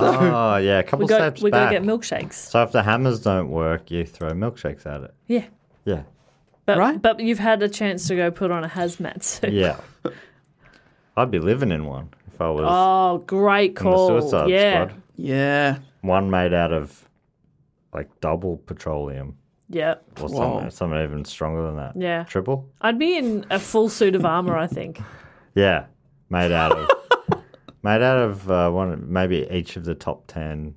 Oh yeah. A couple we go steps we go back. get milkshakes. So if the hammers don't work, you throw milkshakes at it. Yeah. Yeah. But Right. but you've had a chance to go put on a hazmat suit. Yeah. I'd be living in one if I was Oh, great in the call. suicide yeah. squad. Yeah. One made out of like double petroleum Yeah. or Whoa. something, something even stronger than that. Yeah. Triple? I'd be in a full suit of armor, I think. Yeah. Made out of made out of uh, one maybe each of the top 10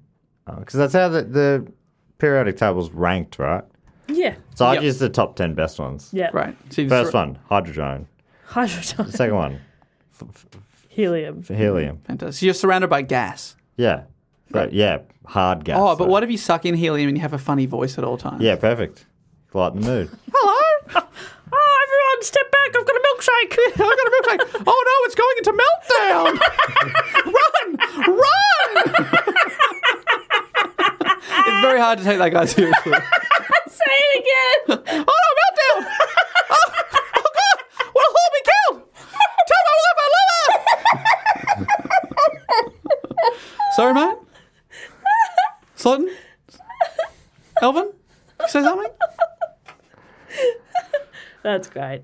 because that's how the, the periodic table's ranked, right? Yeah. So I'd Yep. use the top 10 best ones. Yeah. Right. So you just First throw- one, hydrogen. Hydrogen. The second one, Helium. helium. Fantastic. So you're surrounded by gas. Yeah. But yeah, hard gas. Oh, but though. what if you suck in helium and you have a funny voice at all times? Yeah, perfect. Lighten the mood. Hello? Oh, everyone, step back. I've got a milkshake. I got a milkshake. Oh no, it's going into meltdown. run, run. it's very hard to take that guy seriously. Say it again. oh no, meltdown. Oh, oh god, what will all be killed? Tell my wife I love her. Sorry, mate. Slotin? Elvin? Say something? That's great.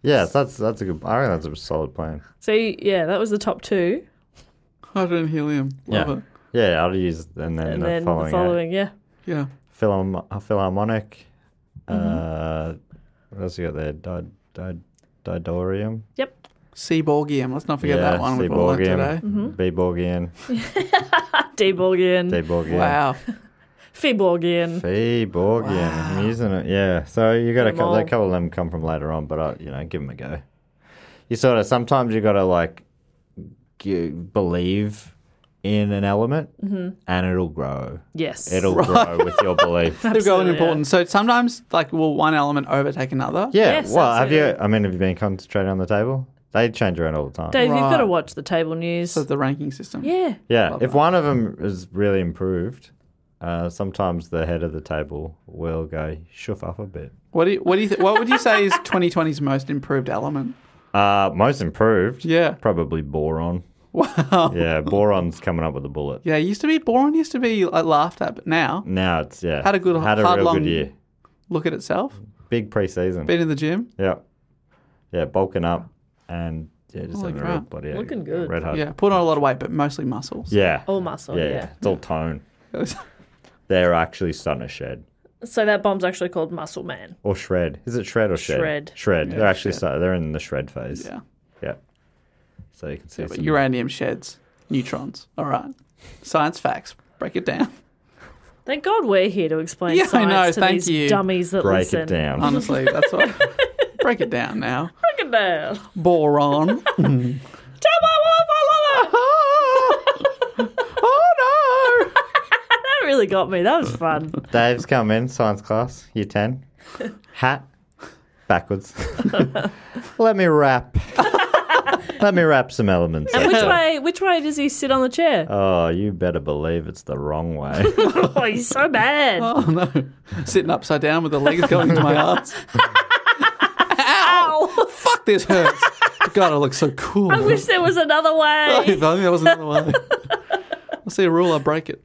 Yes, that's that's a good. I reckon that's a solid plan. See, yeah, that was the top two. Hydrogen and helium. Love yeah, it. yeah. I'll use and then And the then following. the eight. following, yeah. Yeah. Philharm- Philharmonic. Uh, Mm-hmm. what else you got there? Did- did- Didorium. Yep. Seaborgium. Let's not forget that one. We've all learned today. Mm-hmm. Seaborgium. Beborgian. Deborgian, Deborgian. Wow. Feeborgian. Feeborgian. I'm using it. Yeah. So you got a Them couple, a all. couple of them come from later on, but I, you know, give them a go. You sort of sometimes you got to like g- believe in an element, Mm-hmm. and it'll grow. Yes. It'll grow with your belief. They're going important. So sometimes, like, will one element overtake another? Yeah. Yes, well, have you? absolutely. I mean, have you been concentrating on the table? They change around all the time. Dave, you've got to Right. watch the table news. So the ranking system. yeah. Yeah, if one of them is really improved, uh, sometimes the head of the table will go shoof up a bit. What do you, what do you th- what would you say is 2020's most improved element? Uh, most improved, Yeah. probably boron. Wow. Yeah, boron's coming up with a bullet. Yeah, it used to be boring. Used to be like laughed at, but now Now it's yeah Had a good- had a hard, real long- good year. look at itself. Big preseason. Been in the gym. yeah, yeah, bulking up and yeah, just Holy having a real crap. body. Looking good. Red hard. Yeah, put on a lot of weight, but mostly muscles. yeah, All muscle, yeah. It's all tone. Yeah. They're actually starting to shed. So that bomb's actually called Muscle Man. Or shred. Is it shred or shed? Shred. Shred. they're actually start, they're in the shred phase. yeah. Yeah. So you can see But some- uranium sheds neutrons. All right. Science facts. Break it down. Thank God we're here to explain Yeah, I science know, to thank these you. dummies that break listen. it down. Honestly, that's what. break it down now. Break it down. Boron. Tell my wife I love Ah! her. oh no! That really got me. That was fun. Dave's come in, science class, year 10. Hat, backwards. Let me wrap. Let me wrap some elements. and up. which way? Which way does he sit on the chair? Oh, you better believe it's the wrong way. Oh, he's so bad. Oh no! Sitting upside down with the legs going to my ass. Ow! Fuck! This hurts. God, I look so cool. I wish there was another way. Oh. if only there was another way. I see a rule, I break it.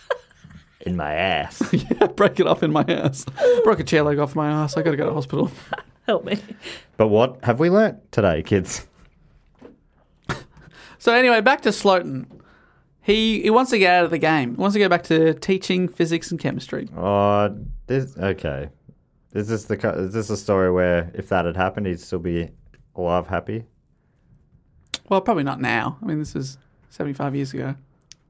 in my ass. I break it up in my ass. Broke a chair leg off my ass. I got to go to hospital. Help me. But what have we learnt today, kids? So anyway, back to Sloten. He he wants to get out of the game. He wants to go back to teaching physics and chemistry. Oh, this okay. Is this the co- is this a story where if that had happened, he'd still be alive, happy? Well, probably not now. I mean, this is seventy five years ago.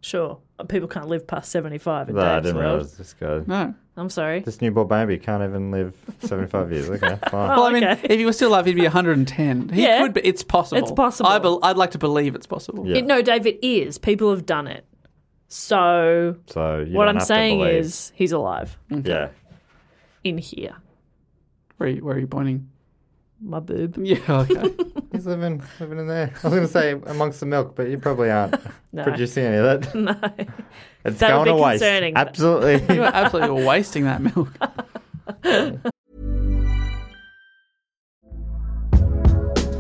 Sure, people can't live past seventy-five in No, I Dave's didn't world. realize this guy. No. I'm sorry. This newborn baby can't even live 75 years. Okay, fine. Well, I mean, okay. if he was still alive, he'd be 110. He Yeah. could, but it's possible. It's possible. I bel I'd like to believe it's possible. Yeah. It- no, Dave, it is. People have done it. So So you what don't I'm have to saying believe. is he's alive yeah, in here. Where, are you, where are you pointing? My boob. Yeah, okay. he's living living in there. I was going to say amongst the milk, but you probably aren't No. producing any of that. No. It's That would going be to waste. concerning. you Absolutely. are absolutely wasting that milk.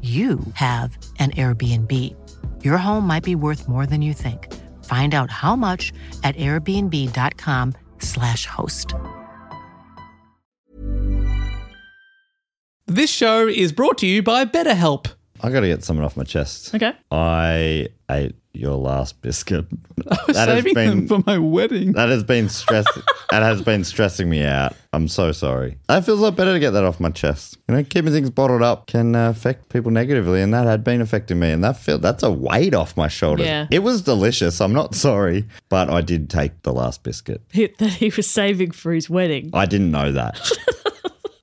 you have an Airbnb. Your home might be worth more than you think. Find out how much at airbnb.com/slash host. This show is brought to you by BetterHelp. I got to get something off my chest. Okay. I ate your last biscuit. Oh, that has Saving been them for my wedding. that has been stress that has been stressing me out. I'm so sorry. That feels a lot better to get that off my chest. You know, keeping things bottled up can uh, affect people negatively, and that had been affecting me. And that feel that's a weight off my shoulders. Yeah. It was delicious. I'm not sorry, but I did take the last biscuit. That he was saving for his wedding. I didn't know that.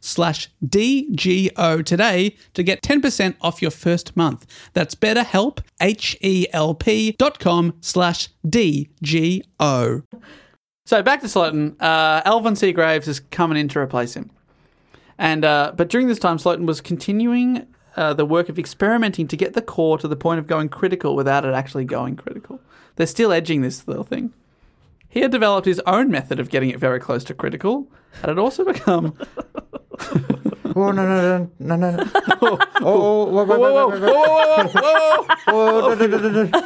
slash DGO today to get 10% off your first month. That's betterhelp, E H-E-L-P dot com slash D-G-O. So back to Slotin. Uh, Alvin Seagraves is coming in to replace him, and uh, but during this time, Slotin was continuing uh, the work of experimenting to get the core to the point of going critical without it actually going critical. They're still edging this little thing. He had developed his own method of getting it very close to critical, and had also become. Oh no no no no no! oh, oh, whoa, whoa, whoa, whoa, whoa, whoa, whoa, no, no, no, no, no.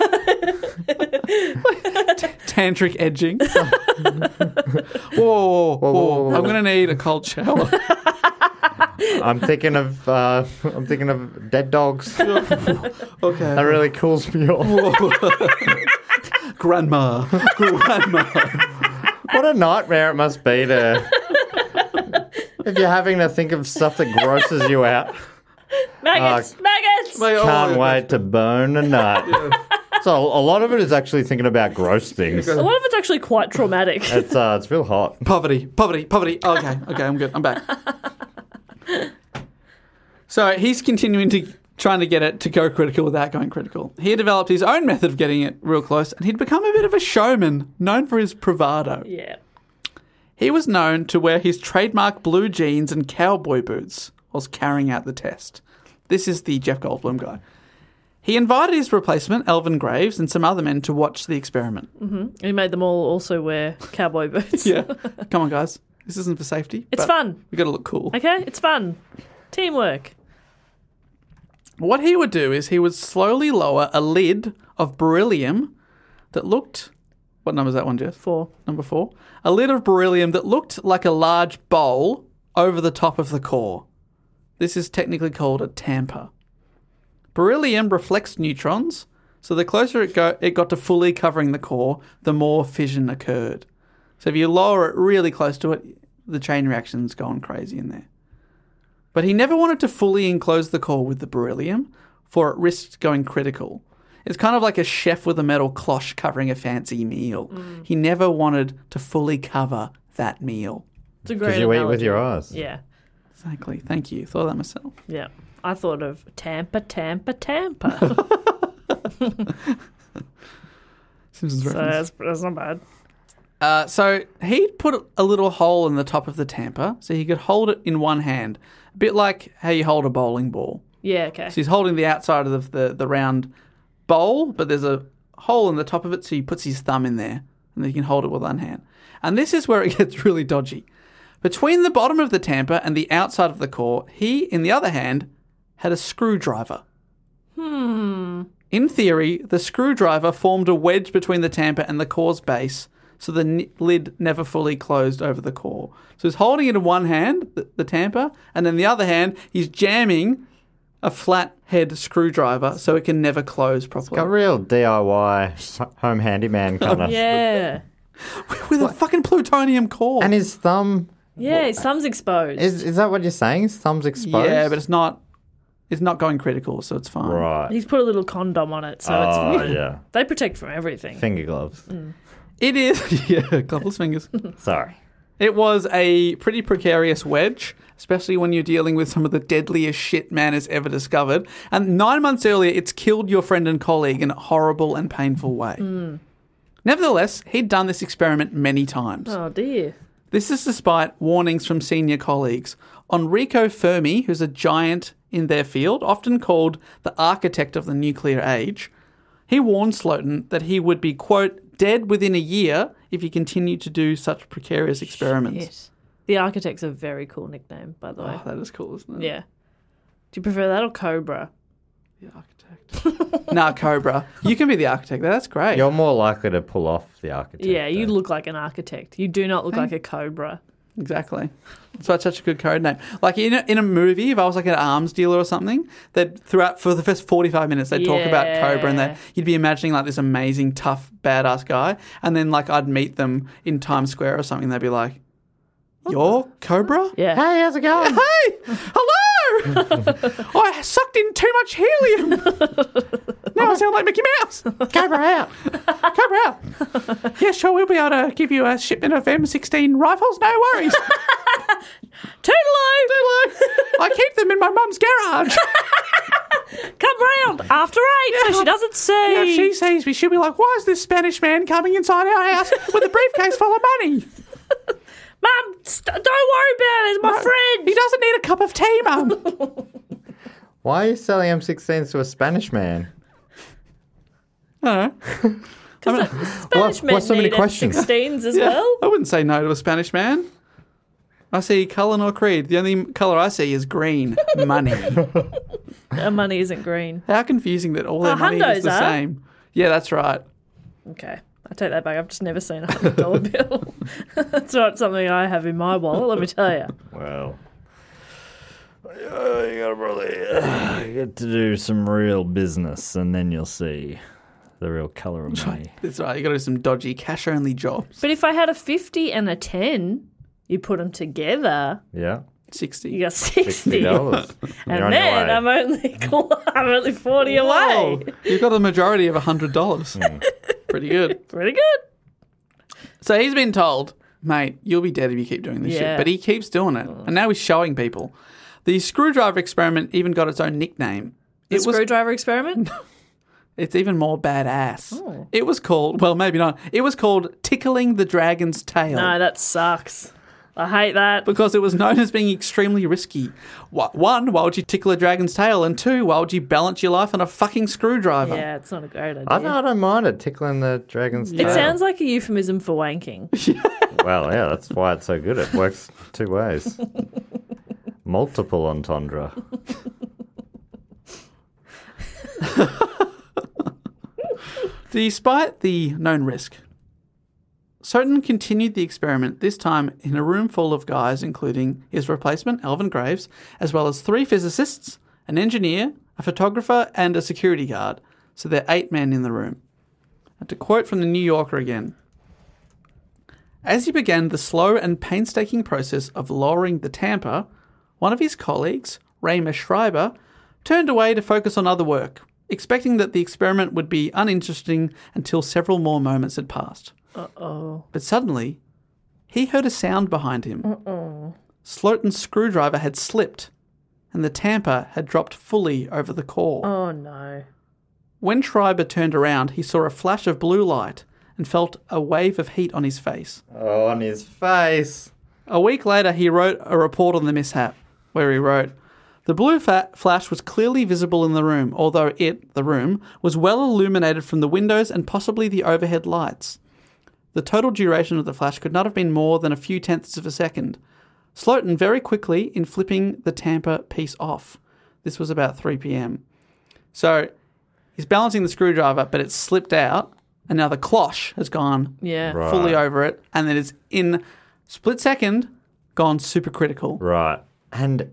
Tantric edging. whoa, whoa, whoa, whoa, whoa, whoa. I'm gonna need a cold shower. I'm thinking of uh, I'm thinking of dead dogs. okay, that really cools me off. Grandma, grandma. what a nightmare it must be to if you're having to think of stuff that grosses you out. Maggots! Oh, maggots! Can't wait to burn a nut. So a lot of it is actually thinking about gross things. A lot of it's actually quite traumatic. It's uh, it's real hot. Poverty, poverty, poverty. Okay, okay, I'm good. I'm back. So he's continuing to trying to get it to go critical without going critical. He had developed his own method of getting it real close, and he'd become a bit of a showman, known for his bravado. yeah. He was known to wear his trademark blue jeans and cowboy boots whilst carrying out the test. This is the Jeff Goldblum guy. He invited his replacement, Elvin Graves, and some other men to watch the experiment. hmm He made them all also wear cowboy boots. Yeah. Come on, guys. This isn't for safety. It's but fun. We got to look cool. Okay, it's fun. Teamwork. What he would do is he would slowly lower a lid of beryllium that looked. What number is that one, Jess? Four. Number four. A lid of beryllium that looked like a large bowl over the top of the core. This is technically called a tamper. Beryllium reflects neutrons, so the closer it, go- it got to fully covering the core, the more fission occurred. So if you lower it really close to it, the chain reaction's gone crazy in there. But he never wanted to fully enclose the core with the beryllium, for it risked going critical. It's kind of like a chef with a metal cloche covering a fancy meal. He never wanted to fully cover that meal. It's a great. Because you eat with analogy. your eyes. Yeah, Exactly. Thank you. Thought of that myself. yeah. I thought of Tampa, Tampa, Tampa. Simpsons so reference. that's, that's not bad. Uh, so he'd put a little hole in the top of the tamper so he could hold it in one hand, a bit like how you hold a bowling ball. Yeah, okay. So he's holding the outside of the, the, the round bowl, but there's a hole in the top of it, so he puts his thumb in there and he can hold it with one hand. And this is where it gets really dodgy. Between the bottom of the tamper and the outside of the core, he, in the other hand, had a screwdriver. Hmm. In theory, the screwdriver formed a wedge between the tamper and the core's base, so the n- lid never fully closed over the core. So he's holding it in one hand, the, the tamper, and in the other hand, he's jamming a flat head screwdriver so it can never close properly. Got real DIY h- home handyman kind of. Yeah. With a fucking plutonium core. And his thumb Yeah, his thumb's exposed. is is that what you're saying? His thumb's exposed. Yeah, but it's not. It's not going critical, so it's fine. right. He's put a little condom on it, so Oh it's. yeah, They protect from everything. finger gloves. Mm. It is. Yeah, couple of fingers. Sorry. It was a pretty precarious wedge, especially when you're dealing with some of the deadliest shit man has ever discovered. And nine months earlier, it's killed your friend and colleague in a horrible and painful way. Nevertheless, he'd done this experiment many times. Oh dear. This is despite warnings from senior colleagues. Enrico Fermi, who's a giant in their field, often called the architect of the nuclear age, he warned Slotin that he would be, quote, dead within a year if he continued to do such precarious experiments. Yes. The architect's a very cool nickname, by the way. Oh, that is cool, isn't it? Yeah. Do you prefer that or Cobra? The architect. nah, Cobra. You can be the architect. That's great. You're more likely to pull off the architect. yeah, you though. look like an architect. You do not look like a cobra. Exactly. That's why it's such a good code name. Like in a, in a movie, if I was like an arms dealer or something, they'd throughout for the first forty five minutes they'd talk about Yeah. Cobra and they you'd be imagining like this amazing tough badass guy, and then like I'd meet them in Times Square or something, they'd be like, "You're Cobra? Yeah. Hey, how's it going? Hey, hello! I sucked in too much helium. now I sound like Mickey Mouse. Cobra out. Cobra out. Yeah, sure, we'll be able to give you a shipment of M16 rifles. No worries. Toodaloo! I keep them in my mum's garage. Come round after eight so she doesn't see. Yeah, if she sees me, she'll be like, why is this Spanish man coming inside our house with a briefcase full of money? Mum, st- don't worry about it. It's my friend. He doesn't need a cup of tea, mum. Why are you selling M16s to a Spanish man? No. Spanish men need M16s as well. I wouldn't say no to a Spanish man. I see colour nor creed. The only colour I see is green money. Our money isn't green. How confusing that all their Oh, money hundos is the are. same. Yeah, that's right. Okay. I take that back. I've just never seen a hundred dollar bill. That's not something I have in my wallet. Let me tell you. Well, you gotta probably uh, get to do some real business, and then you'll see the real color of money. That's right. You got to do some dodgy cash only jobs. But if I had a fifty and a ten, you put them together, Yeah, sixty. you got sixty. dollars. And then I'm only I'm only forty away. You've got a majority of hundred dollars. Pretty good. Pretty good. So he's been told, mate, you'll be dead if you keep doing this Yeah. shit. But he keeps doing it, and now he's showing people. The screwdriver experiment even got its own nickname. The It was screwdriver experiment. It's even more badass. Oh. It was called, well, maybe not. It was called Tickling the Dragon's Tail. No, that sucks. I hate that. Because it was known as being extremely risky. Wh- One, why would you tickle a dragon's tail? And two, why would you balance your life on a fucking screwdriver? Yeah, it's not a great idea. I, don't- I don't mind it tickling the dragon's It tail. sounds like a euphemism for wanking. well, yeah, that's why it's so good. It works two ways. Multiple entendre. Despite the known risk, Soten continued the experiment, this time in a room full of guys, including his replacement, Alvin Graves, as well as three physicists, an engineer, a photographer, and a security guard. So there are eight men in the room. And to quote from the New Yorker again As he began the slow and painstaking process of lowering the tamper, one of his colleagues, Raymer Schreiber, turned away to focus on other work, expecting that the experiment would be uninteresting until several more moments had passed. Uh oh. But suddenly, he heard a sound behind him. Oh. Slotin's screwdriver had slipped, and the tamper had dropped fully over the core. Oh no. When Schreiber turned around, he saw a flash of blue light and felt a wave of heat on his face. Oh, on his face. A week later, he wrote a report on the mishap, where he wrote, The blue fa- flash was clearly visible in the room, although it, the room, was well illuminated from the windows and possibly the overhead lights. The total duration of the flash could not have been more than a few tenths of a second. Slotin very quickly in flipping the tamper piece off. This was about 3 p.m. So he's balancing the screwdriver, but it's slipped out, and now the cloche has gone Yeah. Right. fully over it, and then it's in split second gone super critical. Right. And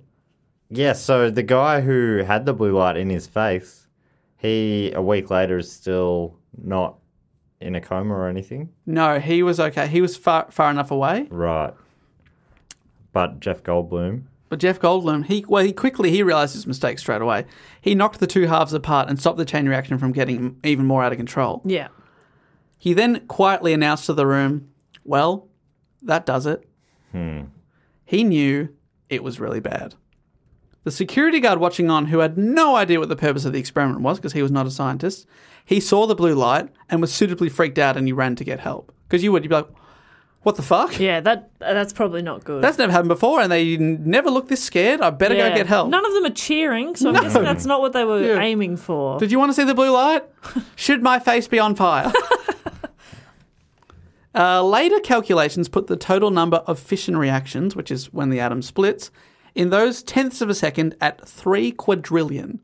yeah, so the guy who had the blue light in his face, he a week later is still not in a coma or anything. No, he was okay. He was far far enough away, Right. But Jeff Goldblum, but Jeff Goldblum, he well, he quickly he realized his mistake straight away. He knocked the two halves apart and stopped the chain reaction from getting even more out of control. Yeah. He then quietly announced to the room, "Well, that does it." He knew it was really bad. The security guard watching on, who had no idea what the purpose of the experiment was because he was not a scientist, he saw the blue light and was suitably freaked out and he ran to get help. Because you would, you'd be like, what the fuck? Yeah. That that's probably not good. That's never happened before and they never looked this scared. I better Yeah. go get help. None of them are cheering, so I'm No. guessing that's not what they were Yeah. aiming for. Did you want to see the blue light? Should my face be on fire? uh, later calculations put the total number of fission reactions, which is when the atom splits, in those tenths of a second at three quadrillion.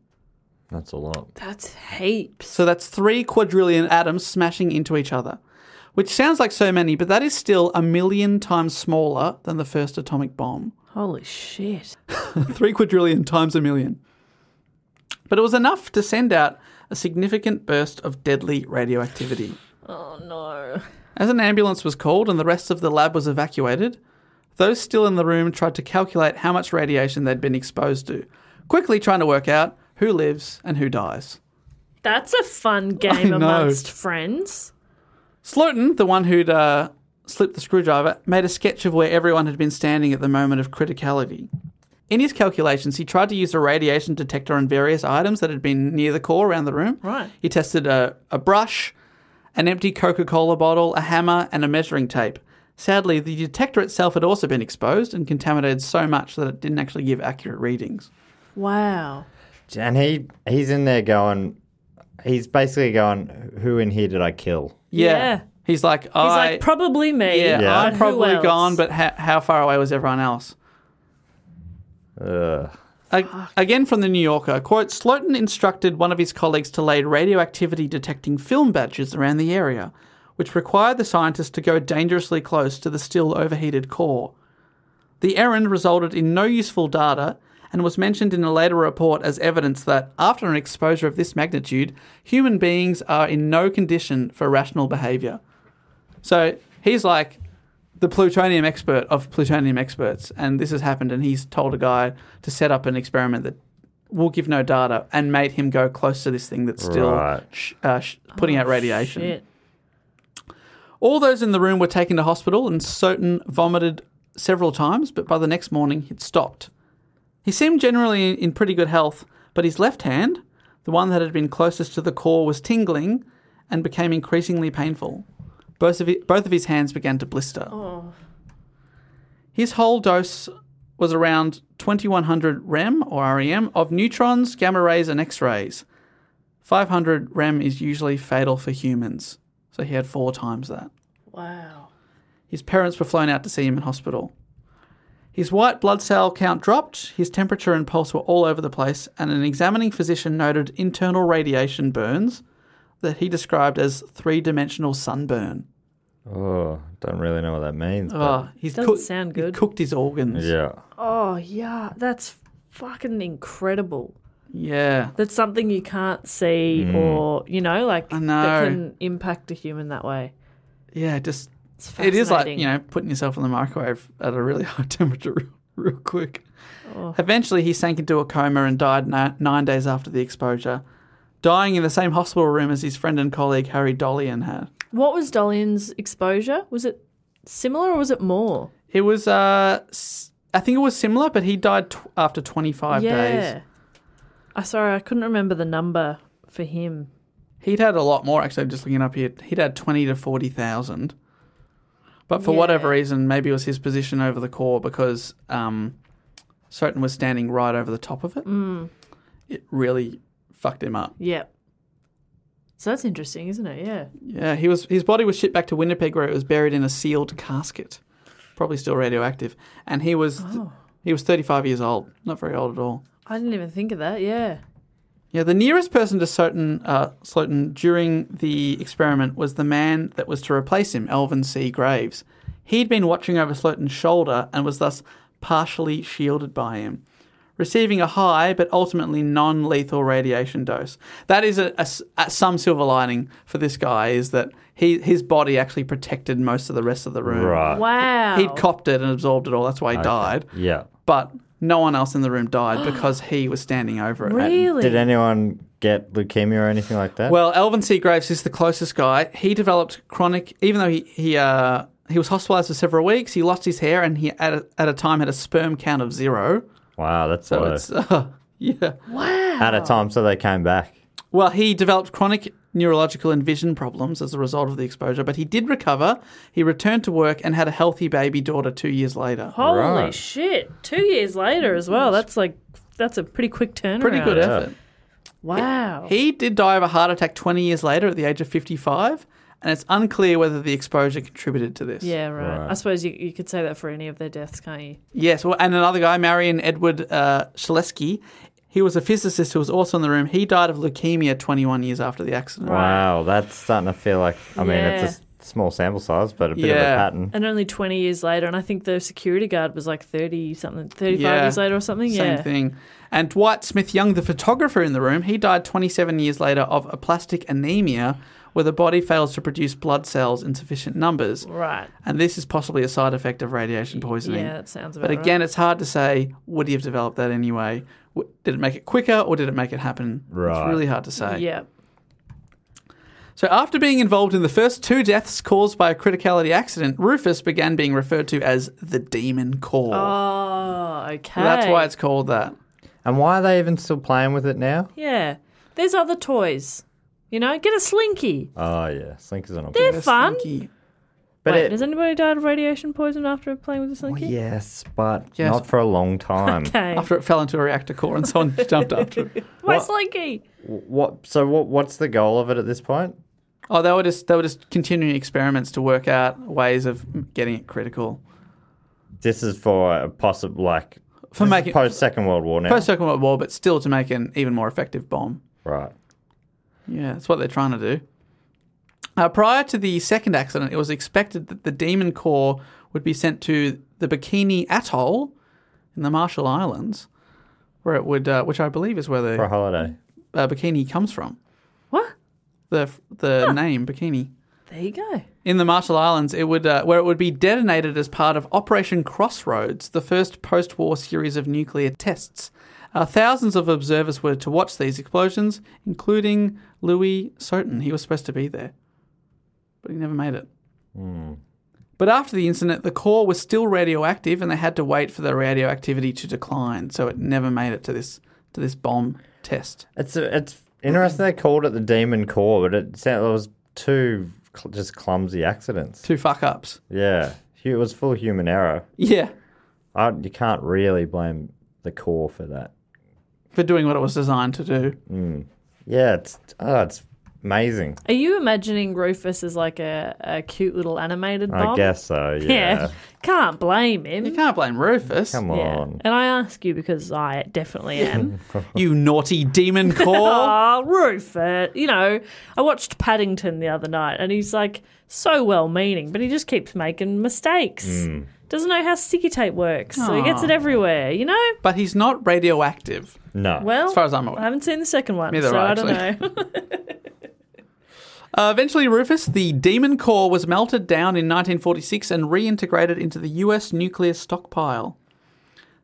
that's a lot. That's heaps. So that's three quadrillion atoms smashing into each other. which sounds like so many, but that is still a million times smaller than the first atomic bomb. Holy shit. Three quadrillion times a million. But it was enough to send out a significant burst of deadly radioactivity. Oh no. As an ambulance was called and the rest of the lab was evacuated, those still in the room tried to calculate how much radiation they'd been exposed to, quickly trying to work out who lives and who dies. That's a fun I game know. amongst friends. Slotin, the one who'd uh, slipped the screwdriver, made a sketch of where everyone had been standing at the moment of criticality. In his calculations, he tried to use a radiation detector on various items that had been near the core around the room. Right. He tested a, a brush, an empty Coca Cola bottle, a hammer, and a measuring tape. Sadly, the detector itself had also been exposed and contaminated so much that it didn't actually give accurate readings. Wow. And he he's in there going, he's basically going, who in here did I kill? Yeah. He's like, I. He's like, probably me. yeah, Yeah. I'm Who probably else? gone, but ha- how far away was everyone else? Ugh. A- again from the New Yorker, quote, Slotin instructed one of his colleagues to lay radioactivity detecting film batches around the area, which required the scientists to go dangerously close to the still overheated core. The errand resulted in no useful data and was mentioned in a later report as evidence that, after an exposure of this magnitude, human beings are in no condition for rational behavior. So he's like the plutonium expert of plutonium experts, and this has happened, and he's told a guy to set up an experiment that will give no data and made him go close to this thing that's still Right. sh- uh, sh- putting out radiation. Oh, Shit. All those in the room were taken to hospital, and Soton vomited several times, but by the next morning, it stopped. He seemed generally in pretty good health, but his left hand, the one that had been closest to the core, was tingling and became increasingly painful. Both of, hi- both of his hands began to blister. Oh. His whole dose was around 2100 REM or REM of neutrons, gamma rays, and X rays. 500 REM is usually fatal for humans, so he had four times that. Wow. His parents were flown out to see him in hospital. His white blood cell count dropped, his temperature and pulse were all over the place, and an examining physician noted internal radiation burns that he described as three dimensional sunburn. Oh, don't really know what that means. but- Oh, he's Ah, Doesn't cooked, sound he good. cooked his organs. yeah. Oh yeah, that's fucking incredible. Yeah. That's something you can't see Mm. or you know, like I that know. can impact a human that way. Yeah, just It's it is like fascinating. you know putting yourself in the microwave at a really high temperature real, real quick. Oh. Eventually, he sank into a coma and died ni- nine days after the exposure, dying in the same hospital room as his friend and colleague Harry Dolian had. What was Dolian's exposure? Was it similar or was it more? It was, uh, s- I think it was similar, but he died tw- after 25 yeah. days. I sorry, I couldn't remember the number for him. He'd had a lot more actually. I'm just looking up here. He'd had 20 to 40,000. But for Yeah. whatever reason, maybe it was his position over the core because um, Soten was standing right over the top of it. Mm. It really fucked him up. Yep. So that's interesting, isn't it? Yeah. Yeah, he was. His body was shipped back to Winnipeg, where it was buried in a sealed casket, probably still radioactive. And he was Oh. he was 35 years old, not very old at all. I didn't even think of that. Yeah. Yeah, the nearest person to Soten, uh, Slotin during the experiment was the man that was to replace him, Elvin C. Graves. He'd been watching over Slotin's shoulder and was thus partially shielded by him, receiving a high but ultimately non lethal radiation dose. That is a, a s- a- some silver lining for this guy is that he, his body actually protected most of the rest of the room. Right. Wow. He'd copped it and absorbed it all. That's why he died. Yeah. But no one else in the room died because he was standing over it. Really? Did anyone get leukemia or anything like that? Well, Elvin C. Graves is the closest guy. He developed chronic, even though he he uh, he was hospitalised for several weeks. He lost his hair, and he at a, at a time had a sperm count of zero. wow, that's So low. it's uh, yeah. At a time, so they came back. Well, he developed chronic neurological and vision problems as a result of the exposure, but he did recover. He returned to work and had a healthy baby daughter two years later. Holy Right. shit. Two years later as well. That's like, that's a pretty quick turnaround. Pretty good Yeah. effort. Wow. He did die of a heart attack 20 years later at the age of 55, and it's unclear whether the exposure contributed to this. yeah, right. Right. I suppose you, you could say that for any of their deaths, can't you? Yes, well, and another guy, Marion Edward uh, Shaleski, he was a physicist who was also in the room. He died of leukemia 21 years after the accident. Wow, that's starting to feel like. I mean, it's Yeah. a small sample size, but a bit of a pattern. And only 20 years later, and I think the security guard was like 30 something, 35 Yeah. years later or something. Same yeah. thing. And Dwight Smith Young, the photographer in the room, he died 27 years later of aplastic anemia, where the body fails to produce blood cells in sufficient numbers. Right. And this is possibly a side effect of radiation poisoning. yeah, that sounds But about again, right. it's hard to say would he have developed that anyway? W- Did it make it quicker or did it make it happen? Right. It's really hard to say. Yeah. So, after being involved in the first two deaths caused by a criticality accident, Rufus began being referred to as the Demon Core. Oh, okay. That's why it's called that. And why are they even still playing with it now? Yeah. There's other toys. You know, get a slinky. Oh yeah, Slinker's on a They're fun. But Wait, it- has anybody died of radiation poison after playing with a slinky? Yes, but Yes. not for a long time. Okay. After it fell into a reactor core and someone jumped after it. My What- slinky. W- What? So what? What's the goal of it at this point? Oh, they were just they were just continuing experiments to work out ways of getting it critical. This is for a possible like For making- post Second World War now. Post Second World War, but still to make an even more effective bomb. right. Yeah, that's what they're trying to do. Uh, prior to the second accident, it was expected that the Demon Corps would be sent to the Bikini Atoll in the Marshall Islands, where it would, uh, which I believe is where the For a holiday. uh, bikini comes from. What? The the name bikini. There you go. in the Marshall Islands, it would uh, where it would be detonated as part of Operation Crossroads, the first post-war series of nuclear tests. Uh, thousands of observers were to watch these explosions, including Louis Soton. He was supposed to be there, but he never made it. But after the incident, the core was still radioactive, and they had to wait for the radioactivity to decline. So it never made it to this to this bomb test. It's a, it's interesting they called it the Demon Core, but it sound- it was two cl- just clumsy accidents. Two fuck ups. Yeah, Hu- it was full human error. Yeah, I, you can't really blame the core for that. for doing what it was designed to do. Mm. Yeah, it's oh, it's amazing. Are you imagining Rufus as like a, a cute little animated I bomb? guess so. Yeah. Can't blame him. You can't blame Rufus. Come on. And I ask you because I definitely am. you naughty demon Oh. core. Aw, Rufus. "Ah, You know, I watched Paddington the other night and he's like so well meaning, but he just keeps making mistakes. Hmm. Mm. Doesn't know how sticky tape works. So he gets it Aw. everywhere, you know? But he's not radioactive. No. Well, as far as I'm aware. I haven't seen the second one, Neither so have I, I don't know. Uh, eventually, Rufus, the demon core, was melted down in 1946 and reintegrated into the US nuclear stockpile.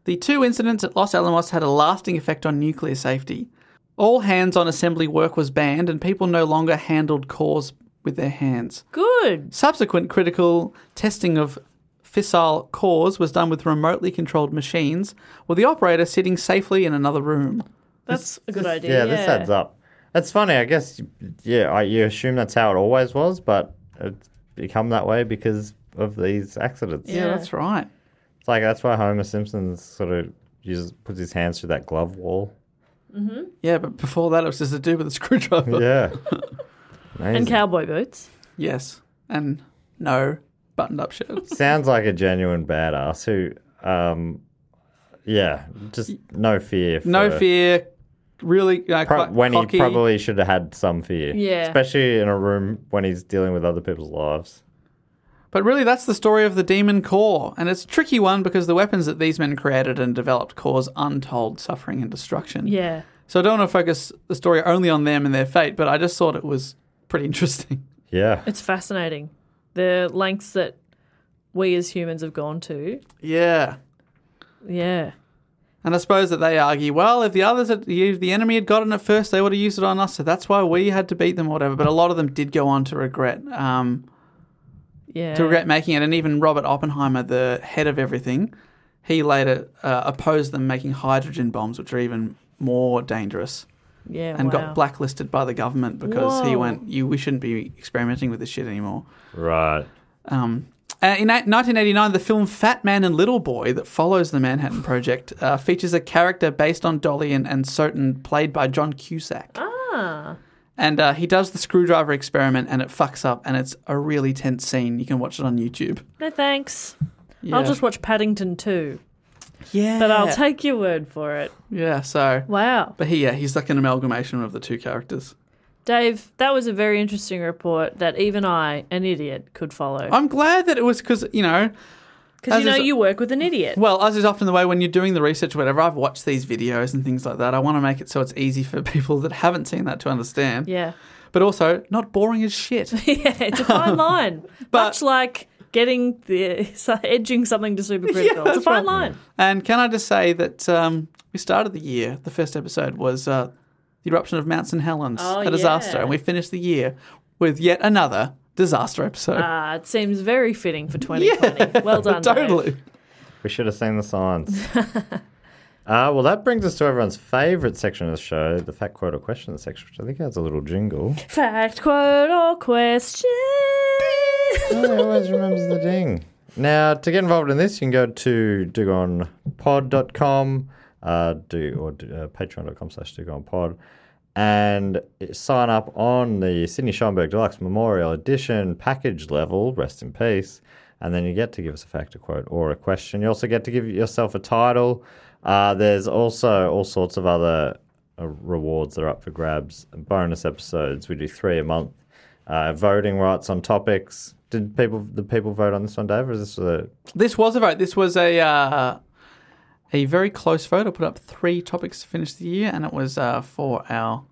The two incidents at Los Alamos had a lasting effect on nuclear safety. All hands on assembly work was banned, and people no longer handled cores with their hands. Good. Subsequent critical testing of fissile cores was done with remotely controlled machines, with the operator sitting safely in another room. That's a good this- idea. Yeah, this adds up. It's funny, I guess. Yeah, I, you assume that's how it always was, but it's become that way because of these accidents. Yeah, that's right. It's like that's why Homer Simpson sort of uses puts his hands through that glove wall. Mm-hmm. Yeah, but before that, it was just a dude with a screwdriver. Yeah. And Amazing. cowboy boots. Yes, and no buttoned-up shirt. Sounds like a genuine badass who, um, yeah, just no fear. No for- fear. Really, uh, Pro- quite when he cocky. probably should have had some fear. Yeah. Especially in a room when he's dealing with other people's lives. But really, that's the story of the Demon Core, and it's a tricky one because the weapons that these men created and developed cause untold suffering and destruction. Yeah. So I don't want to focus the story only on them and their fate, but I just thought it was pretty interesting. Yeah. It's fascinating. The lengths that we as humans have gone to. Yeah. Yeah. And I suppose that they argue, well, if the others, had, if the enemy had gotten it first, they would have used it on us. So that's why we had to beat them, or whatever. But a lot of them did go on to regret, um, Yeah. to regret making it. And even Robert Oppenheimer, the head of everything, he later uh, opposed them making hydrogen bombs, which are even more dangerous. Yeah, and wow. got blacklisted by the government because he Whoa. went, "You, we shouldn't be experimenting with this shit anymore." Right. Um, uh, in eight- 1989, the film Fat Man and Little Boy, that follows the Manhattan Project, uh, features a character based on Dolly and, and Soton, played by John Cusack. Ah. And uh, he does the screwdriver experiment and it fucks up, and it's a really tense scene. You can watch it on YouTube. No thanks. Yeah. I'll just watch Paddington too. Yeah. But I'll take your word for it. Yeah, so. Wow. But he, yeah, he's like an amalgamation of the two characters. Dave, that was a very interesting report that even I, an idiot, could follow. I'm glad that it was because, you know. Because as you know is- you work with an idiot. Well, as is often the way when you're doing the research or whatever, I've watched these videos and things like that. I want to make it so it's easy for people that haven't seen that to understand. Yeah. But also, not boring as shit. yeah, it's a fine line. Much like getting the so edging something to supercritical. it's a that's fine right. line. And can I just say that um, we started the year, the first episode was uh, the eruption of Mount St. Helens, Oh, a disaster. yeah. And we finished the year with yet another disaster episode. Ah, it seems very fitting for 2020. Well done. Dave. totally. We should have seen the signs. uh, well, that brings us to everyone's favourite section of the show, the fact quote or question section, which I think has a little jingle. Fact, quote, or question. I always remembers the ding. Now, to get involved in this, you can go to dugonpod.com, uh, do, or do- uh, patreon.com slash dugonpod, and sign up on the Sydney Schoenberg Deluxe Memorial Edition package level, rest in peace, and then you get to give us a fact, a quote, or a question. You also get to give yourself a title. Uh, there's also all sorts of other uh, rewards that are up for grabs, bonus episodes. We do three a month uh, voting rights on topics. Did people the people vote on this one, Dave? Or is this a This was a vote. This was a uh, a very close vote. I put up three topics to finish the year, and it was uh, for our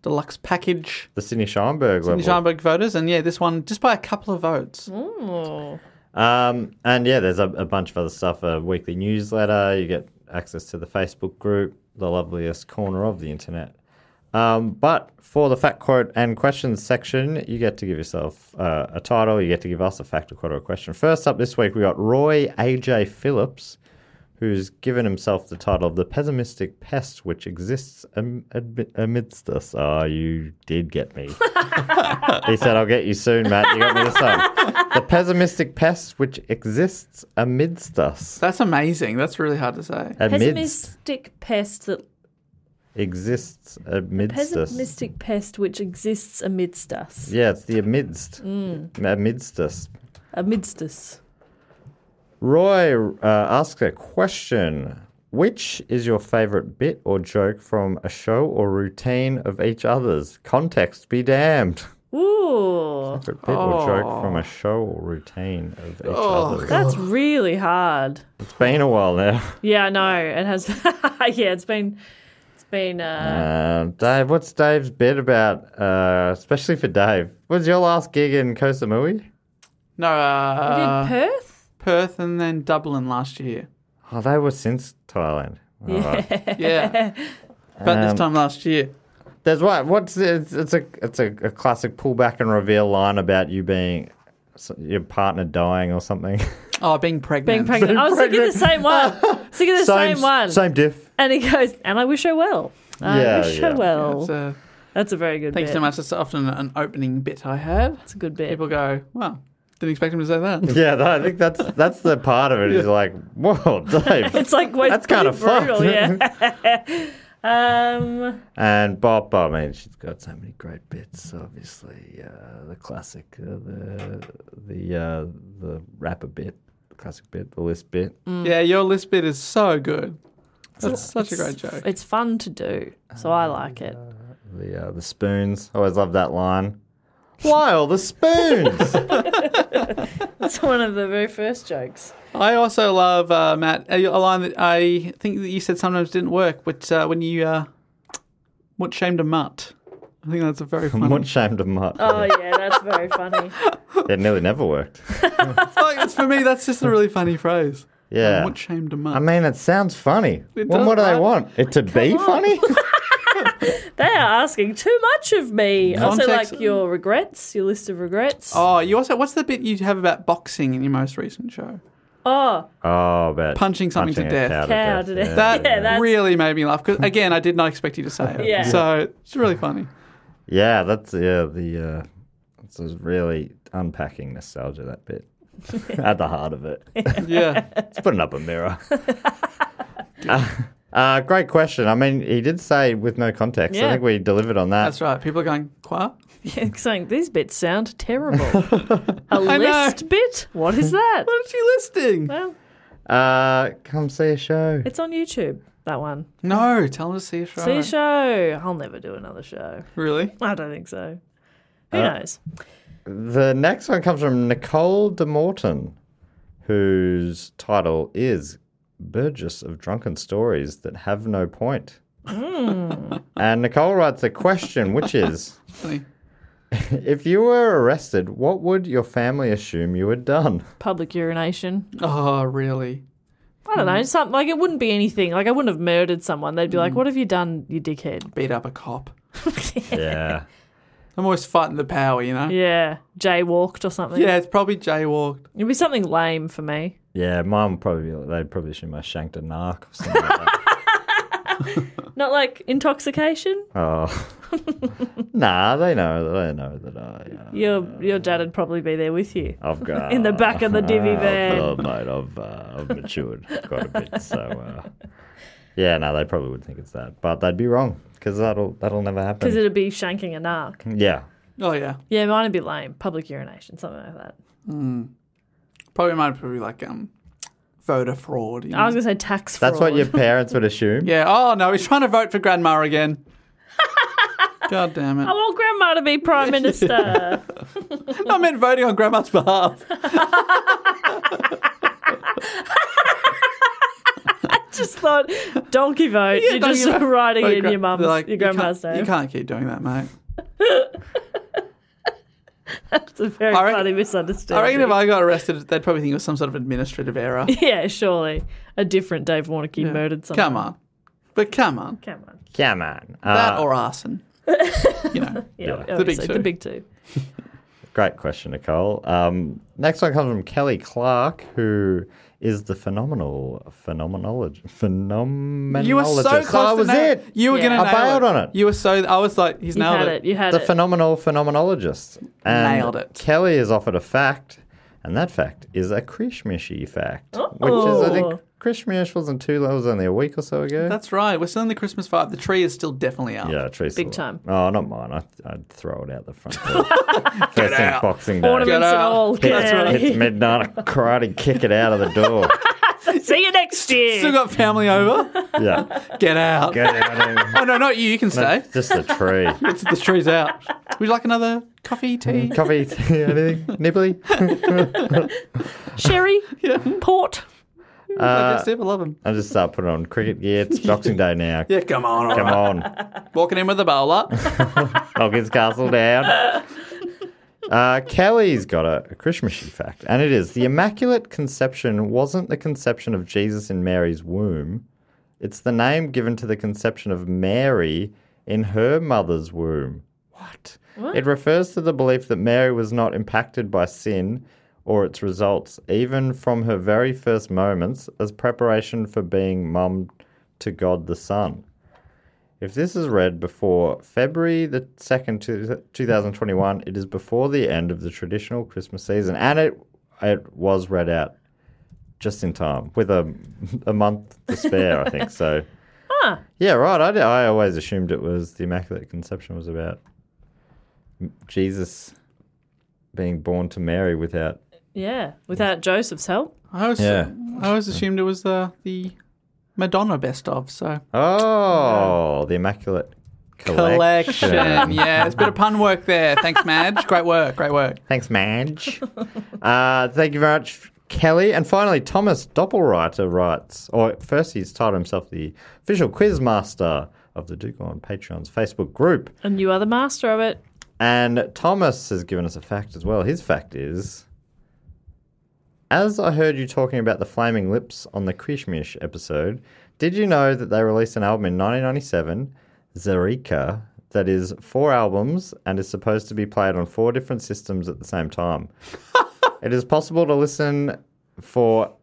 deluxe package. the Sydney Scheinberg Sydney level? Scheinberg voters, and yeah, this one just by a couple of votes. Ooh. Um, and yeah, there's a, a bunch of other stuff. A weekly newsletter. You get access to the Facebook group, the loveliest corner of the internet. Um, but for the fact quote and questions section, you get to give yourself uh, a title. You get to give us a fact, a quote, or a question. First up this week, we got Roy AJ Phillips, who's given himself the title of the pessimistic pest which exists am- amid- amidst us. Ah, you did get me. he said, I'll get you soon, Matt. You got me this time. The pessimistic pest which exists amidst us. That's amazing. That's really hard to say. Amidst Pessimistic pest that exists amidst us. pessimistic pest which exists amidst us. Yeah, it's the amidst. Mm. Amidst us. Amidst us. Roy uh, asks a question. Which is your favorite bit or joke from a show or routine of each other's? Context be damned. Ooh. Favorite bit or joke from a show or routine of each Oh, other's? that's really hard. It's been a while now. Yeah, I know. It has. yeah, it's been. It's been. Uh, Um, Dave, what's Dave's bit about? Uh, especially for Dave. Was your last gig in Koh Samui? No, uh, we did Perth. Perth, and then Dublin last year. Oh, they were since Thailand. All right. Yeah, about this Um, time last year. There's what? What's it's, it's a it's a, a classic pullback and reveal line about you being so- your partner dying or something. Oh, being pregnant. Being pregnant. I was thinking the same one. thinking the same, s- one. Same diff. And he goes, and I wish her well. I Yeah, wish yeah. her well. That's, uh, That's a very good Thanks bit. so much. That's often an opening bit I have. It's a good bit. People go, wow, didn't expect him to say that. Yeah, that- I think that's that's the part of it. Is like, whoa, Dave. It's like well, That's it's kinda pretty fucked. brutal, yeah. um, And Bob, Bob, I mean, she's got so many great bits. Obviously, uh, the classic, uh, the the uh, the rapper bit, the classic bit, the list bit. Mm. Yeah, your list bit is so good. That's it's- such a great it's- joke. It's fun to do, so I like it. The uh, the spoons. I always love that line. While the spoons. That's one of the very first jokes. I also love, uh, Matt, a a line that I think that you said sometimes didn't work, but uh, when you, uh, what shamed a mutt? I think that's a very funny. What shamed a mutt. Oh yeah, that's very funny. It nearly never worked. like, it's- for me, that's just a really funny phrase. Yeah. What shamed a mutt? I mean, it sounds funny. It Well, does, what do they right? want? It to be funny? They are asking too much of me. Also, Context- like your regrets, your list of regrets. oh, you also, what's the bit you have about boxing in your most recent show? Oh, Oh, but Punching something to punching a death. cow Cow to to death. death. Yeah. That Yeah, that's- really made me laugh because again, I did not expect you to say it. Yeah. So it's really funny. Yeah, that's yeah the uh, it's a really unpacking nostalgia that bit at the heart of it. Yeah. it's putting up a mirror. Uh, uh, great question. I mean, he did say with no context. I Yeah. think we delivered on that. That's right. People are going, "Qua? yeah, saying these bits sound terrible. A know. list bit? What is that? What is she listing?" Well, Uh, come see a show. it's on YouTube. That one. No, tell them to see a show. See a show. I'll never do another show. Really? I don't think so. Who Uh, knows? The next one comes from Nicole De Morton, whose title is Burgess of Drunken Stories That Have No Point. And Nicole writes a question, which is If you were arrested, what would your family assume you had done? Public urination. Oh, really? I don't Mm. know. Something like it wouldn't be anything. Like I wouldn't have murdered someone. They'd be like, "What have you done, you dickhead?" Beat up a cop. yeah. I'm always fighting the power, you know? Yeah, jaywalked or something. Yeah, it's probably jaywalk. it'd be something lame for me. Yeah, mine would probably be, they'd probably assume I shanked a narc or something. Not like intoxication. oh. nah, they know. They know that I. Uh, Your your dad would probably be there with you. I've got in the back of the divvy van. Oh, mate, I've, uh, I've matured quite a bit. So, uh, yeah, no, they probably would think it's that, but they'd be wrong because that'll that'll never Because happen. it'd be shanking a narc. Yeah, Oh, yeah. Yeah, mine would be lame. Public urination, something like that. Mm. Probably might probably like um, voter fraud. you I was know? going to say tax fraud. that's what your parents would assume. Yeah. Oh no, he's trying to vote for grandma again. God damn I it! want grandma to be prime minister. I meant voting on grandma's behalf. I just thought donkey vote. Yeah, You're don't just you know? writing Vote in gra- your mum's, they're like, your grandma's you can't, name. You can't keep doing that, mate. That's a very I reckon- funny I reckon misunderstanding. if I got arrested, they'd probably think it was some sort of administrative error. yeah, surely a different Dave Warnocky murdered someone. Come on, but come on, come on. Yeah, man. that Uh, or arson. Yeah, The big obviously, two. The big two. Great question, Nicole. Um, next one comes from Kelly Clark, who is the phenomenal phenomenologist. Phenomenologist. You were so close. That to was nail- it. You were Yeah. gonna. I nail bailed on it. You were so. I was like, he's You nailed had it. You had the it. phenomenal phenomenologist. And Nailed it. Kelly is offered a fact, and that fact is a Krishmishy fact, which is, I Oh. think, Krishmish wasn't too long, it was only a week or so ago. That's right. We're still in the Christmas vibe. The tree is still definitely up. yeah, tree Big time. Oh, not mine. I, I'd throw it out the front door. First thing, Boxing Day. Ornaments Get and out. all. Hits, Get out. hits midnight, I karate kick it out of the door. See you next year. Still got family over. Yeah. Get out. Get out of Oh no, not you. You can stay. No, just the tree. It's the tree's out. Would you like another coffee, tea? Mm, Coffee, tea, anything? Nibbly? Sherry, port. Uh, Steve, I love him. I'll just start putting on cricket gear. It's Boxing Day now. Yeah, come on. all Come right. on. Walking in with a bowler. Hawkins Castle down. Uh, Kelly's got a, a Krishmishy fact, and it is the Immaculate Conception wasn't the conception of Jesus in Mary's womb. It's the name given to the conception of Mary in her mother's womb. What? It refers to the belief that Mary was not impacted by sin or its results, even from her very first moments, as preparation for being mum to God the Son. If this is read before February the 2nd, two- 2021, it is before the end of the traditional Christmas season. And it, it was read out just in time with a, a month to spare, I think. So, yeah, right. I, d- I always assumed it was the Immaculate Conception was about Jesus being born to Mary without. Yeah, without Joseph's help. I always, Yeah. I always assumed it was the the Madonna best of. So Oh, the Immaculate Collection. yeah, it's a bit of pun work there. Thanks, Madge. Great work. Great work. Thanks, Madge. uh, thank you very much, Kelly. And finally, Thomas Doppelreiter writes, or first he's titled himself the official quiz master of the Do Go on Patreon's Facebook group. And you are the master of it. And Thomas has given us a fact as well. His fact is As I heard you talking about the Flaming Lips on the Krishmish episode, did you know that they released an album in 1997, Zarika, that is four albums and is supposed to be played on four different systems at the same time? it is possible to listen for.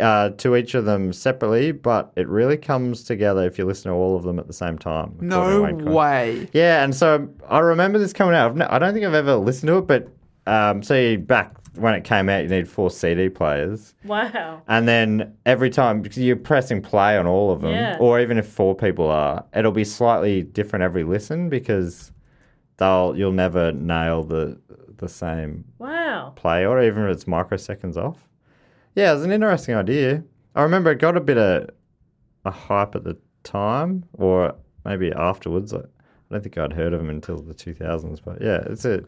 Uh, to each of them separately, but it really comes together if you listen to all of them at the same time. according to No Wayne Coyne. way. Yeah, and so I remember this coming out. I've no- I don't think I've ever listened to it, but um, so you- back when it came out, you need four CD players, Wow. and then every time because you're pressing play on all of them, Yeah. or even if four people are, it'll be slightly different every listen because they'll you'll never nail the the same Wow. play order, even if it's microseconds off. Yeah, it was an interesting idea. I remember it got a bit of a hype at the time or maybe afterwards. I I don't think I'd heard of him until the 2000s, but yeah, it's a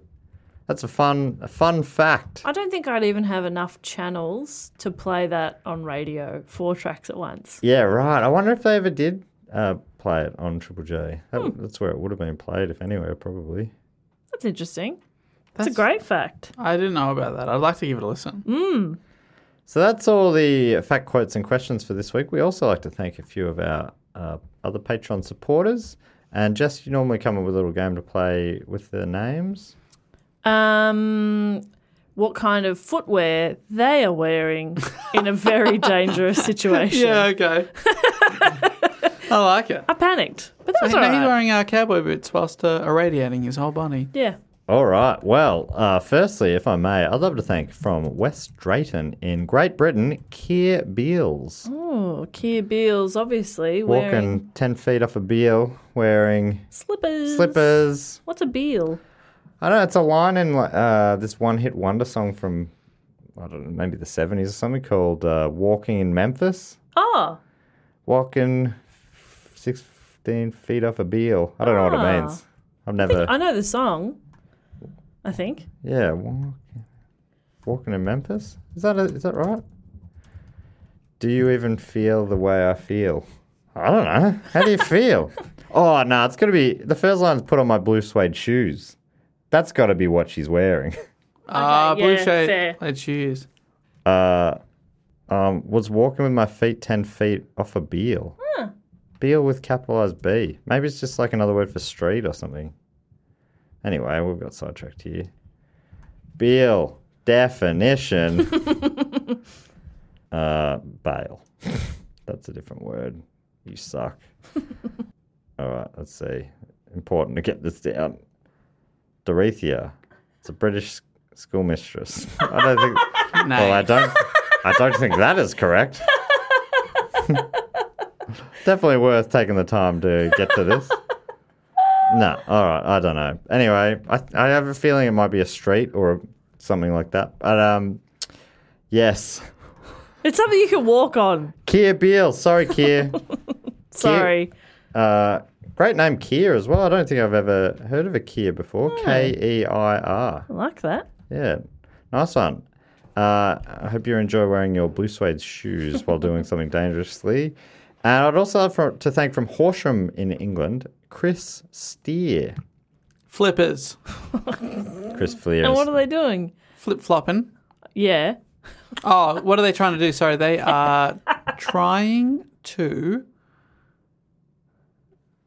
that's a fun a fun fact. I don't think I'd even have enough channels to play that on radio, four tracks at once. Yeah, right. I wonder if they ever did uh, play it on Triple J. That, That's where it would have been played, if anywhere, probably. That's interesting. That's, a great fact. I didn't know about that. I'd like to give it a listen. Mm. So that's all the fact quotes and questions for this week. We also like to thank a few of our uh, other Patreon supporters. And Jess, you normally come up with a little game to play with the names. Um, what kind of footwear they are wearing in a very dangerous situation? Yeah, okay. I like it. I panicked, but that was He's all right. wearing uh, cowboy boots whilst uh, irradiating his whole body. Yeah. All right. Well, uh, firstly, if I may, I'd love to thank from West Drayton in Great Britain, Keir Beals. Oh, Keir Beals, obviously wearing Walking 10 feet off a Beal, wearing slippers. slippers. What's a Beal? I don't know. It's a line in like, uh, this one hit wonder song from, I don't know, maybe the 70s or something called uh, Walking in Memphis. Oh, Walking 16 feet off a beal. I don't know what Ah. it means. I've never. I know the song. I think. Yeah. Walking, walking in Memphis? Is that, a, is that right? Do you even feel the way I feel? I don't know. How do you feel? Oh, no. it's going to be. The first line's put on my blue suede shoes. That's got to be what she's wearing. Ah, blue yeah, shade fair. led shoes. uh, um, was walking with my feet 10 feet off a Beal. Huh. Beal with capitalized B. Maybe it's just like another word for street or something. Anyway, we've got sidetracked here. Beal, definition, uh, bail. That's a different word. You suck. All right, let's see. Important to get this down. Dorothea. It's a British s- schoolmistress. I don't think. No. Well, I don't. I don't think that is correct. Definitely worth taking the time to get to this. No, all right, I don't know. Anyway, I I have a feeling it might be a street or something like that. But um, yes, It's something you can walk on. Keir Beale. Sorry, Keir. Sorry. Uh, great name, Keir, as well. I don't think I've ever heard of a Keir before. K E I R. I like that. Yeah, nice one. Uh, I hope you enjoy wearing your blue suede shoes while doing something dangerously. And I'd also love for, to thank from Horsham in England, Chris Steer. Flippers. Chris Fleer. And is- what are they doing? Flip flopping. Yeah. Oh, what are they trying to do? Sorry, they are trying to.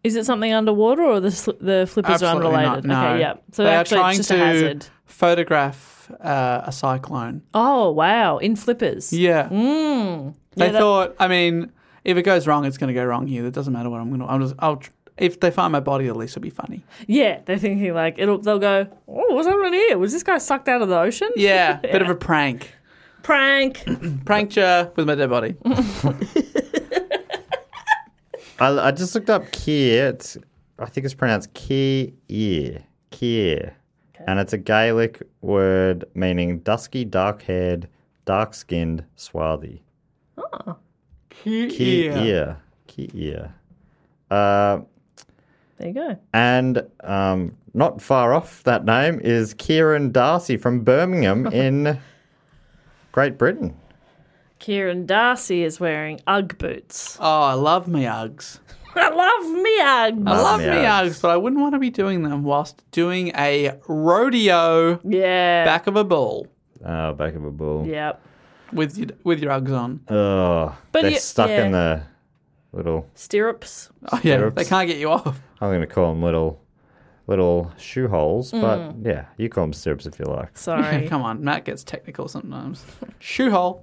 Is it something underwater or the sli- the flippers Absolutely are not. unrelated? No. Okay, yeah. So they actually, are trying it's just to a hazard. photograph uh, a cyclone. Oh wow! In flippers. Yeah. Mm. They Yeah, that- thought. I mean, if it goes wrong, it's going to go wrong here. It doesn't matter what I'm going to. I'm just. I'll. tr- If they find my body, at least it'll be funny. Yeah, they're thinking like it'll. They'll go. Oh, what's happening here? Was this guy sucked out of the ocean? Yeah, bit of a prank. prank. Pranked ya with my dead body. I, I just looked up Keir. It's, I think it's pronounced Keir. Keir. And it's a Gaelic word meaning dusky, dark haired, dark skinned, swarthy. Keir. Keir. Uh, There you go. and um, not far off that name is Kieran Darcy from Birmingham in Great Britain. Kieran Darcy is wearing UGG boots. Oh, I love me Uggs. I love me UGG. I love me Uggs. Uggs, but I wouldn't want to be doing them whilst doing a rodeo Yeah. back of a bull Oh, back of a bull. Yep. with your, with your Uggs on. Oh, But they're you- stuck yeah. in the little. Stirrups. Oh, yeah, Stirrups. they can't get you off. I'm going to call them little, little shoe holes, but Mm. yeah, you call them stirrups if you like. Sorry. Come on, Matt gets technical sometimes. Shoe hole.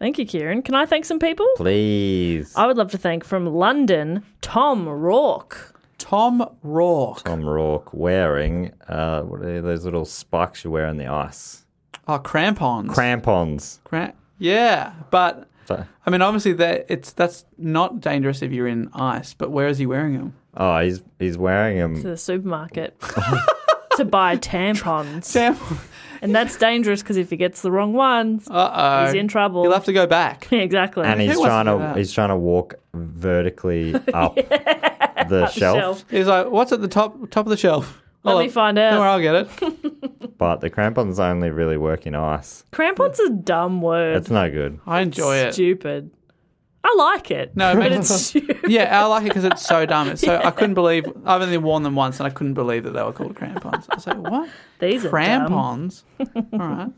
Thank you, Kieran. Can I thank some people? Please, I would love to thank from London, Tom Rourke. Tom Rourke. Tom Rourke wearing uh, what are those little spikes you wear on the ice? Oh, crampons. Crampons. Cramp. Yeah, but So- I mean, obviously that it's that's not dangerous if you're in ice. But where is he wearing them? Oh, he's he's wearing To them. the supermarket. to buy tampons. And that's dangerous because if he gets the wrong one, Uh-oh. he's in trouble. He'll have to go back. exactly. and he's trying to he's trying to walk vertically up the shelf, He's like, what's at the top top of the shelf? Let me find out. Where I'll get it. but the crampons only really work in ice. Crampon's a dumb word. It's no good. I enjoy it. Stupid. I like it. No, but but it's stupid. yeah, I like it because it's so dumb. It's so Yeah. I couldn't believe I've only worn them once, and I couldn't believe that they were called crampons. I was like, what? These are dumb. crampons? All right.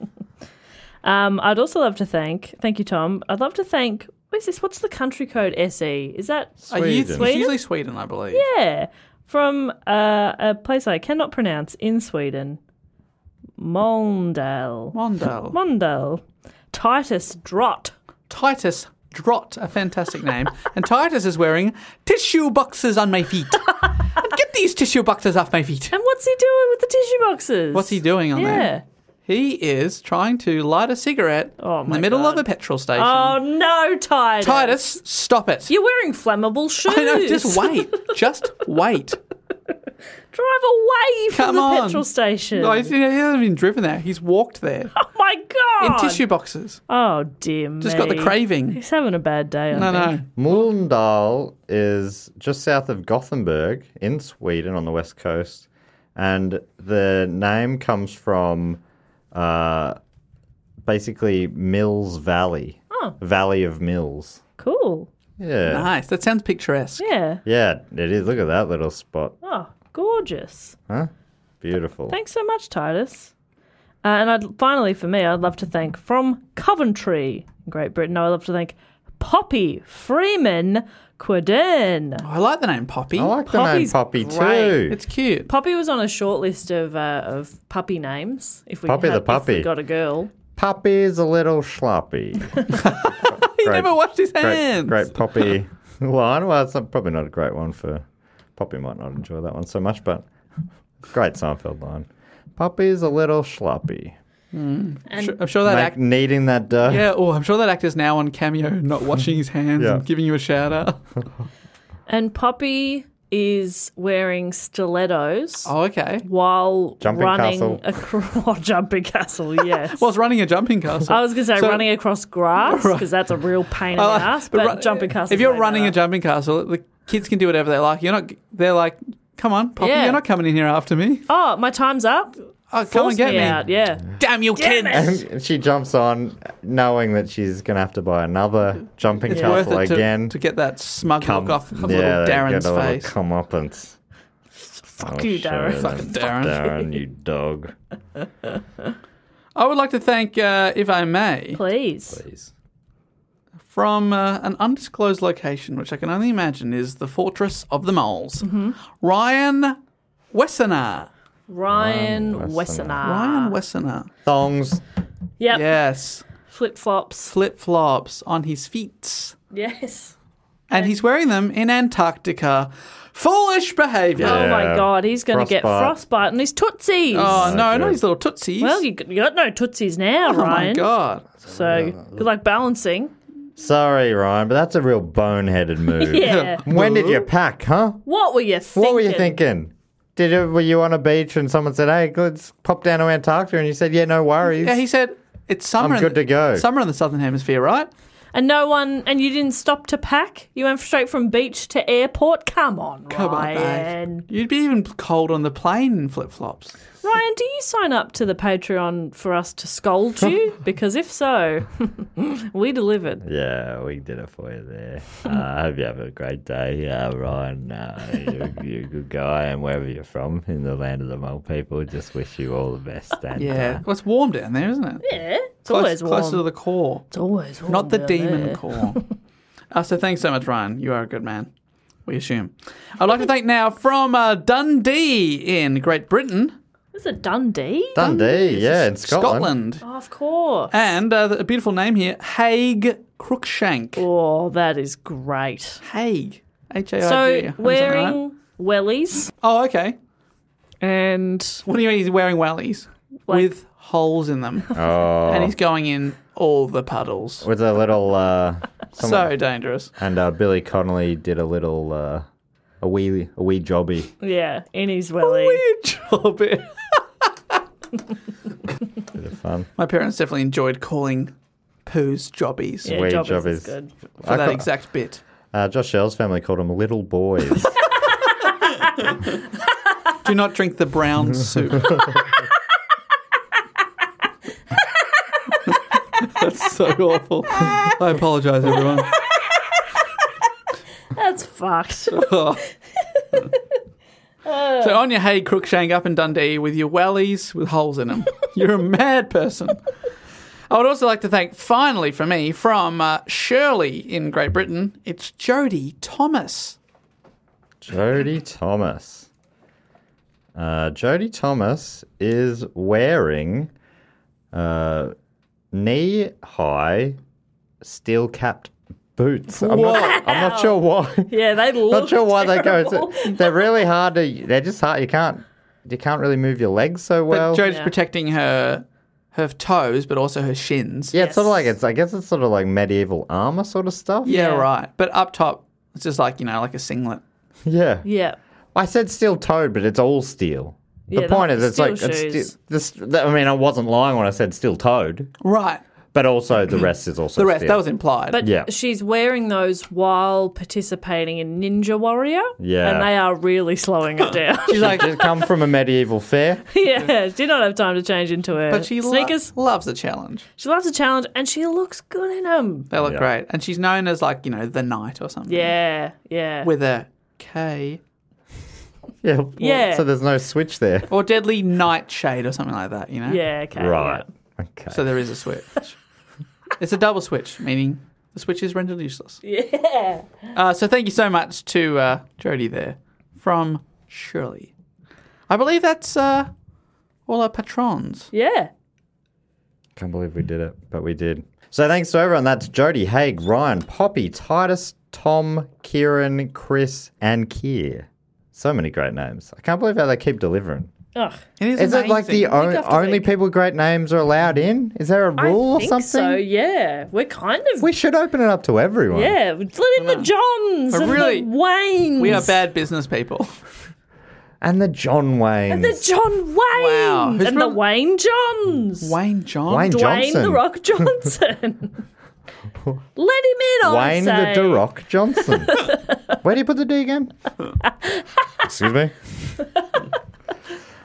Um, I'd also love to thank, thank you, Tom. I'd love to thank. What is this? What's the country code? SE is that Uh, you- It's usually Sweden, I believe. Yeah, from uh, a place I cannot pronounce in Sweden. Mondale. Mondale. Mondale. Titus Drott. Titus Drott, a fantastic name. and Titus is wearing tissue boxes on my feet. and get these tissue boxes off my feet. And what's he doing with the tissue boxes? What's he doing on yeah. there? He is trying to light a cigarette in the middle of a petrol station. Oh no, Titus! Titus, stop it. You're wearing flammable shoes. I know, just wait. Just wait. Drive away from Come the on. petrol station. No, he's- he hasn't even driven there. He's walked there oh my in god! tissue boxes. Oh dear me! Just got the craving. He's having a bad day. I think. Mölndal is just south of Gothenburg in Sweden on the west coast, and the name comes from uh, basically Mills Valley, Oh. Valley of Mills. Cool. Yeah, Nice. That sounds picturesque. Yeah. yeah, it is. Look at that little spot, Oh, gorgeous. huh? Beautiful. Thanks so much, Titus. Uh, and I'd, finally, for me, I'd love to thank from Coventry, Great Britain. I'd love to thank Poppy Freeman Quidern. I like the name Poppy. I like Poppy's the name Poppy great. too. It's cute. Poppy was on a short list of uh, of puppy names. If we Poppy the had, If puppy. we got a girl. Poppy's a little sloppy. he never washed his hands. Great, great Poppy line. Well, it's not, probably not a great one for Poppy. Might not enjoy that one so much, but great Seinfeld line. Poppy's a little sloppy. I'm sure- I'm sure that Like act. kneading that dough. Yeah, oh, I'm sure that actor's now on Cameo, not washing his hands Yeah. and giving you a shout out. And Poppy is wearing stilettos Oh, okay. while Jumping running castle. across jumping castle. Yes. Well, it's running a jumping castle. I was going to say So- running across grass because that's a real pain in the I like- ass. But ru- jumping castle. If you're running a jumping castle, the kids can do whatever they like. You're not. They're like, come on, Poppy, Yeah. you're not coming in here after me. Oh, my time's up. Oh, come Force and get me. out. Yeah. Damn you, Damn kids. And she jumps on, knowing that she's going to have to buy another jumping It's worth castle it to, again. to get that smug Come- look off of yeah, little they get Darren's a little face. comeuppance. Fuck you, Darren. Fucking Darren. Darren, you dog. I would like to thank, uh, if I may, Please. from uh, an undisclosed location, which I can only imagine is the Fortress of the Moles, Mm-hmm. Ryan Wessener. Ryan Wessener. Wessener. Ryan Wessener. Thongs. Yep. Yes. Flip flops. Flip flops on his feet. Yes. And he's wearing them in Antarctica. Foolish behaviour. Oh my Yeah. God, he's going to get Frostbite. frostbite on his tootsies. Oh, no, good. not his little tootsies. well, you, you got no tootsies now, oh Ryan. my God. So good luck balancing. Sorry, Ryan, but that's a real boneheaded move. Yeah. When did you pack, huh? What were you thinking? What were you thinking? Did you, were you on a beach and someone said, "Hey, let's pop down to Antarctica," and you said, "Yeah, no worries." Yeah, he said it's summer. I'm in good the- to go. Summer in the southern hemisphere, right? And no one, and you didn't stop to pack. You went straight from beach to airport. Come on, Come on, Ryan. babe. You'd be even cold on the plane in flip flops. Ryan, do you sign up to the Patreon for us to scold you? because if so, we delivered. Yeah, we did it for you there. Uh, I hope you have a great day, uh, Ryan. Uh, you're, you're a good guy, and wherever you're from in the land of the mole people, just wish you all the best. And, uh, Yeah. Well, it's warm down there, isn't it? Yeah, it's Close- always warm. Closer to the core. it's always warm. Not the down demon there. core. uh, so thanks so much, Ryan. You are a good man. We assume. I'd like to thank now from uh, Dundee in Great Britain. This is a Dundee. uh, Dundee, yeah, in Scotland. Scotland. Oh, of course. And uh, a beautiful name here, Haig Crookshank. Oh, that is great. Haig. H A I G. So Is that right? wearing wellies Oh, okay. and What do you mean he's wearing wellies? Like- With holes in them. And he's going in all the puddles. Oh, With a little, uh, someone- So dangerous. and uh, Billy Connolly did a little, uh, a wee, a wee jobby. yeah, in his wellie. Weird job. Bit of fun. My parents definitely enjoyed calling poos jobbies. Yeah, Wee jobbies is jobbies. good. For I that e- ca- exact bit. Uh, Josh Shell's family called them little boys. Do not drink the brown soup. That's so awful. I apologize, everyone. That's fucked. so on your hay, Crookshank, up in Dundee with your wellies with holes in them. You're a mad person. I would also like to thank, finally for me, from uh, Shirley in Great Britain, it's Jody Thomas. Jody Thomas. Uh, Jody Thomas is wearing uh, knee high steel capped boots. I'm not, I'm not sure why. Yeah, they look. not sure why they go. terrible. it's- They're really hard to. They're just hard. You can't. You can't really move your legs so well. but Jody's protecting her her toes, but also her shins. yeah, it's sort of like it's. I guess it's sort of like medieval armor sort of stuff. Yeah, right. But up top, it's just like, you know, like a singlet. Yeah. Yeah. I said steel toed, but it's all steel. The Yeah, point they're is, it's steel like it's shoes. sti- this. that- I mean, I wasn't lying when I said steel toed, Right. but also the rest is also the rest, steel. that was implied. But yeah, she's wearing those while participating in Ninja Warrior. Yeah. And they are really slowing it down. she's like just come from a medieval fair. yeah, she did not have time to change into her But she lo- sneakers. loves a challenge. she loves a challenge and she looks good in them. They look great. And she's known as, like, you know, the knight or something. Yeah, yeah. With a K. Yeah, well, Yeah. So there's no switch there. Or deadly nightshade or something like that, you know? Yeah, okay. right. Okay. So there is a switch. it's a double switch, meaning the switch is rendered useless. Yeah. Uh, so thank you so much to uh, Jody there from Shirley. I believe that's uh, all our patrons. Yeah. Can't believe we did it, but we did. So thanks to everyone. That's Jody, Haig, Ryan, Poppy, Titus, Tom, Kieran, Chris, and Kier. So many great names. I can't believe how they keep delivering. Ugh. It Is it like the on- only people with great names are allowed in? Is there a rule I or think something? so, yeah. We're kind of. We should open it up to everyone. yeah, let in the Johns But and really, the Waynes. We are bad business people. And the John Wayne. And the John Waynes. Wow. Who's And the from- Wayne Johns. Wayne John. Wayne Dwayne Johnson. the Rock Johnson. Let him in, I Wayne say. the Durock Johnson. Where do you put the D again? Excuse me.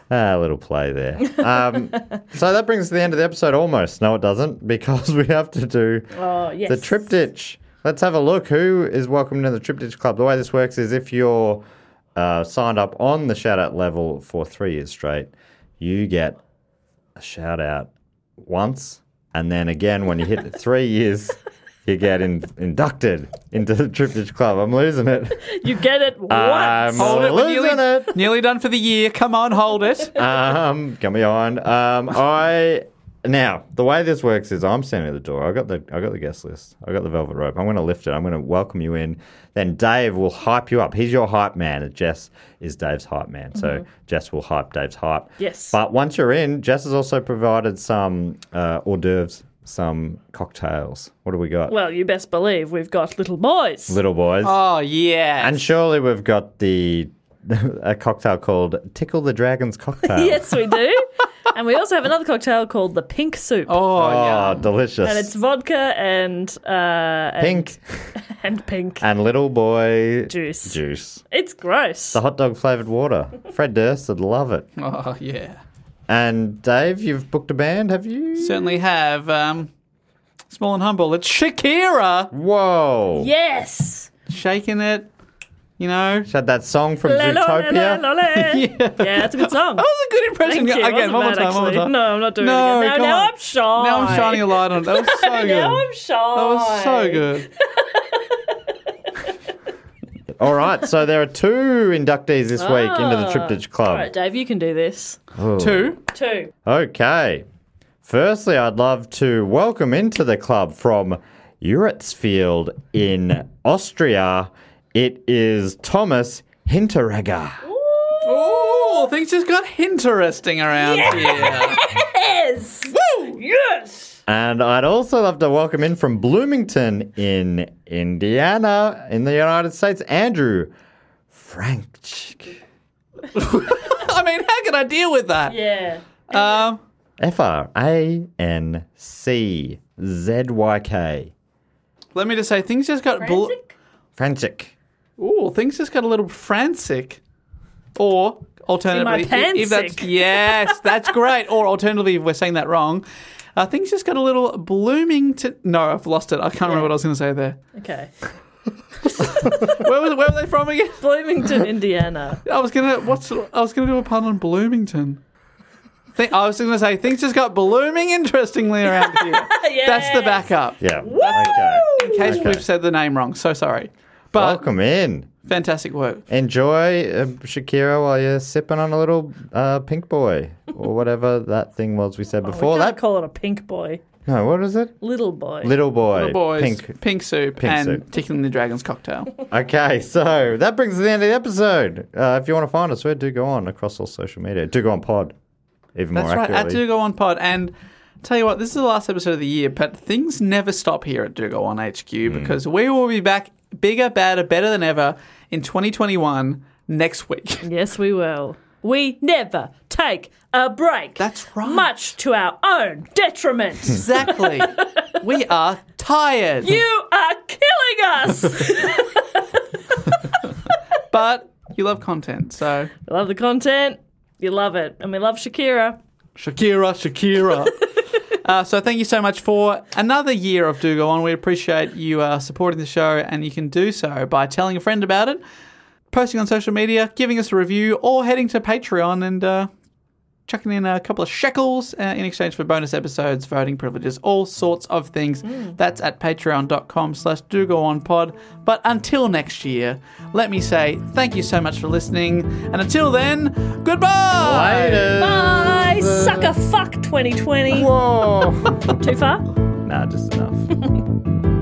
Ah, a little play there. Um, so that brings us to the end of the episode almost. No, it doesn't, because we have to do Oh, yes. the triptych. Let's have a look. Who is welcome to the triptych club? The way this works is if you're uh, signed up on the shout out level for three years straight, you get a shout out once, and then again when you hit three years, you get in, inducted into the triptych club. I'm losing it. You get it once. I'm We're losing nearly, it. nearly done for the year. Come on, hold it. um, come on. Um, I now the way this works is I'm standing at the door. I got the I got the guest list. I got the velvet rope. I'm going to lift it. I'm going to welcome you in. Then Dave will hype you up. He's your hype man. And Jess is Dave's hype man. So Jess will hype Dave's hype. Mm-hmm. Yes. But once you're in, Jess has also provided some uh, hors d'oeuvres, some cocktails. What do we got? Well, you best believe we've got little boys. Little boys. Oh, yeah. And surely we've got the a cocktail called Tickle the Dragon's cocktail. yes, we do. and we also have another cocktail called the pink soup. Oh, Oh, yeah. delicious. And it's vodka and uh, and- pink Uh, and pink. and little boy Juice. Juice. It's gross. The hot dog flavored water. Fred Durst would love it. Oh, yeah. And Dave, you've booked a band, have you? Certainly have. Um, small and humble. It's Shakira Whoa. Yes. shaking it, you know. She had that song from La, la, la, la, Zootopia. la, la. yeah. that's a good song. That was a good impression. Thank you. Again, Wasn't one more bad, time, one more actually. time. No, I'm not doing No, it again. come Now, now on. I'm shy. Now I'm shining a light on it. That was so good. Now I'm shy. That was so good. All right, so there are two inductees this week into the Triptych All Club. Oh, right, Dave, you can do this. Oh. Two. Two. Okay. Firstly, I'd love to welcome into the club from Uritzfield in Austria. It is Thomas Hinteregger. Oh, things just got interesting around here. Yes. Woo. Yes. And I'd also love to welcome in from Bloomington in Indiana in the United States, Andrew Frank. I mean, how can I deal with that? Yeah. Um, F R A N C Z Y K. Let me just say, things just got. Bl- Frantic. Ooh, things just got a little frantic. Or alternatively, In my i- if that's pantsick. yes, that's great. Or alternatively, if we're saying that wrong, uh, things just got a little blooming. To no, I've lost it. I can't remember what I was going to say there. Okay. where, was, where were they from again? Bloomington, Indiana. I was gonna what's I was gonna do a pun on Bloomington. Thi- I was gonna say things just got blooming interestingly around here. That's the backup. Yeah. Okay. In case Okay. we've said the name wrong, so sorry. But Welcome in. fantastic work. Enjoy uh, Shakira while you're sipping on a little uh, Pink Boy or whatever that thing was we said before. we can't that call it a pink boy. no, what is it? Little boy. Little boy. Little boys, Pink. pink, soup, Pink and soup. tickling the dragons cocktail. Okay, so that brings us to the end of the episode. Uh, if you want to find us, where do go on across all social media? Do go on pod, even That's more right. At accurately. Do Go On Pod. And tell you what, this is the last episode of the year, but things never stop here at Do Go On HQ because we will be back bigger, badder, better than ever in 2021 next week. Yes, we will. We never take a break. That's right. Much to our own detriment. Exactly. we are tired. you are killing us. But you love content, so We love the content. You love it. And we love Shakira. Shakira, Shakira. Uh, so thank you so much for another year of Do Go On. We appreciate you uh, supporting the show, and you can do so by telling a friend about it, posting on social media, giving us a review, or heading to Patreon and uh, chucking in a couple of shekels uh, in exchange for bonus episodes, voting privileges, all sorts of things. That's at patreon.com slash do go on pod. But until next year, let me say thank you so much for listening. And until then, goodbye! Later. Bye. Sucker fuck 2020. Whoa. Too far? nah, just enough.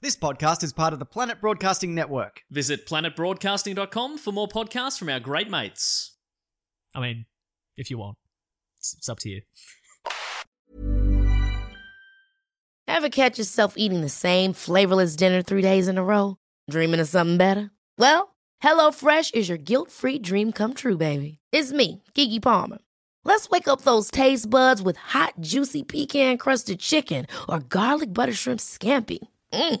This podcast is part of the Planet Broadcasting Network. Visit planetbroadcasting.com for more podcasts from our great mates. I mean, if you want, it's, it's up to you. Ever catch yourself eating the same flavorless dinner three days in a row? Dreaming of something better? Well, HelloFresh is your guilt free dream come true, baby. It's me, Gigi Palmer. Let's wake up those taste buds with hot, juicy pecan crusted chicken or garlic butter shrimp scampi. Mm.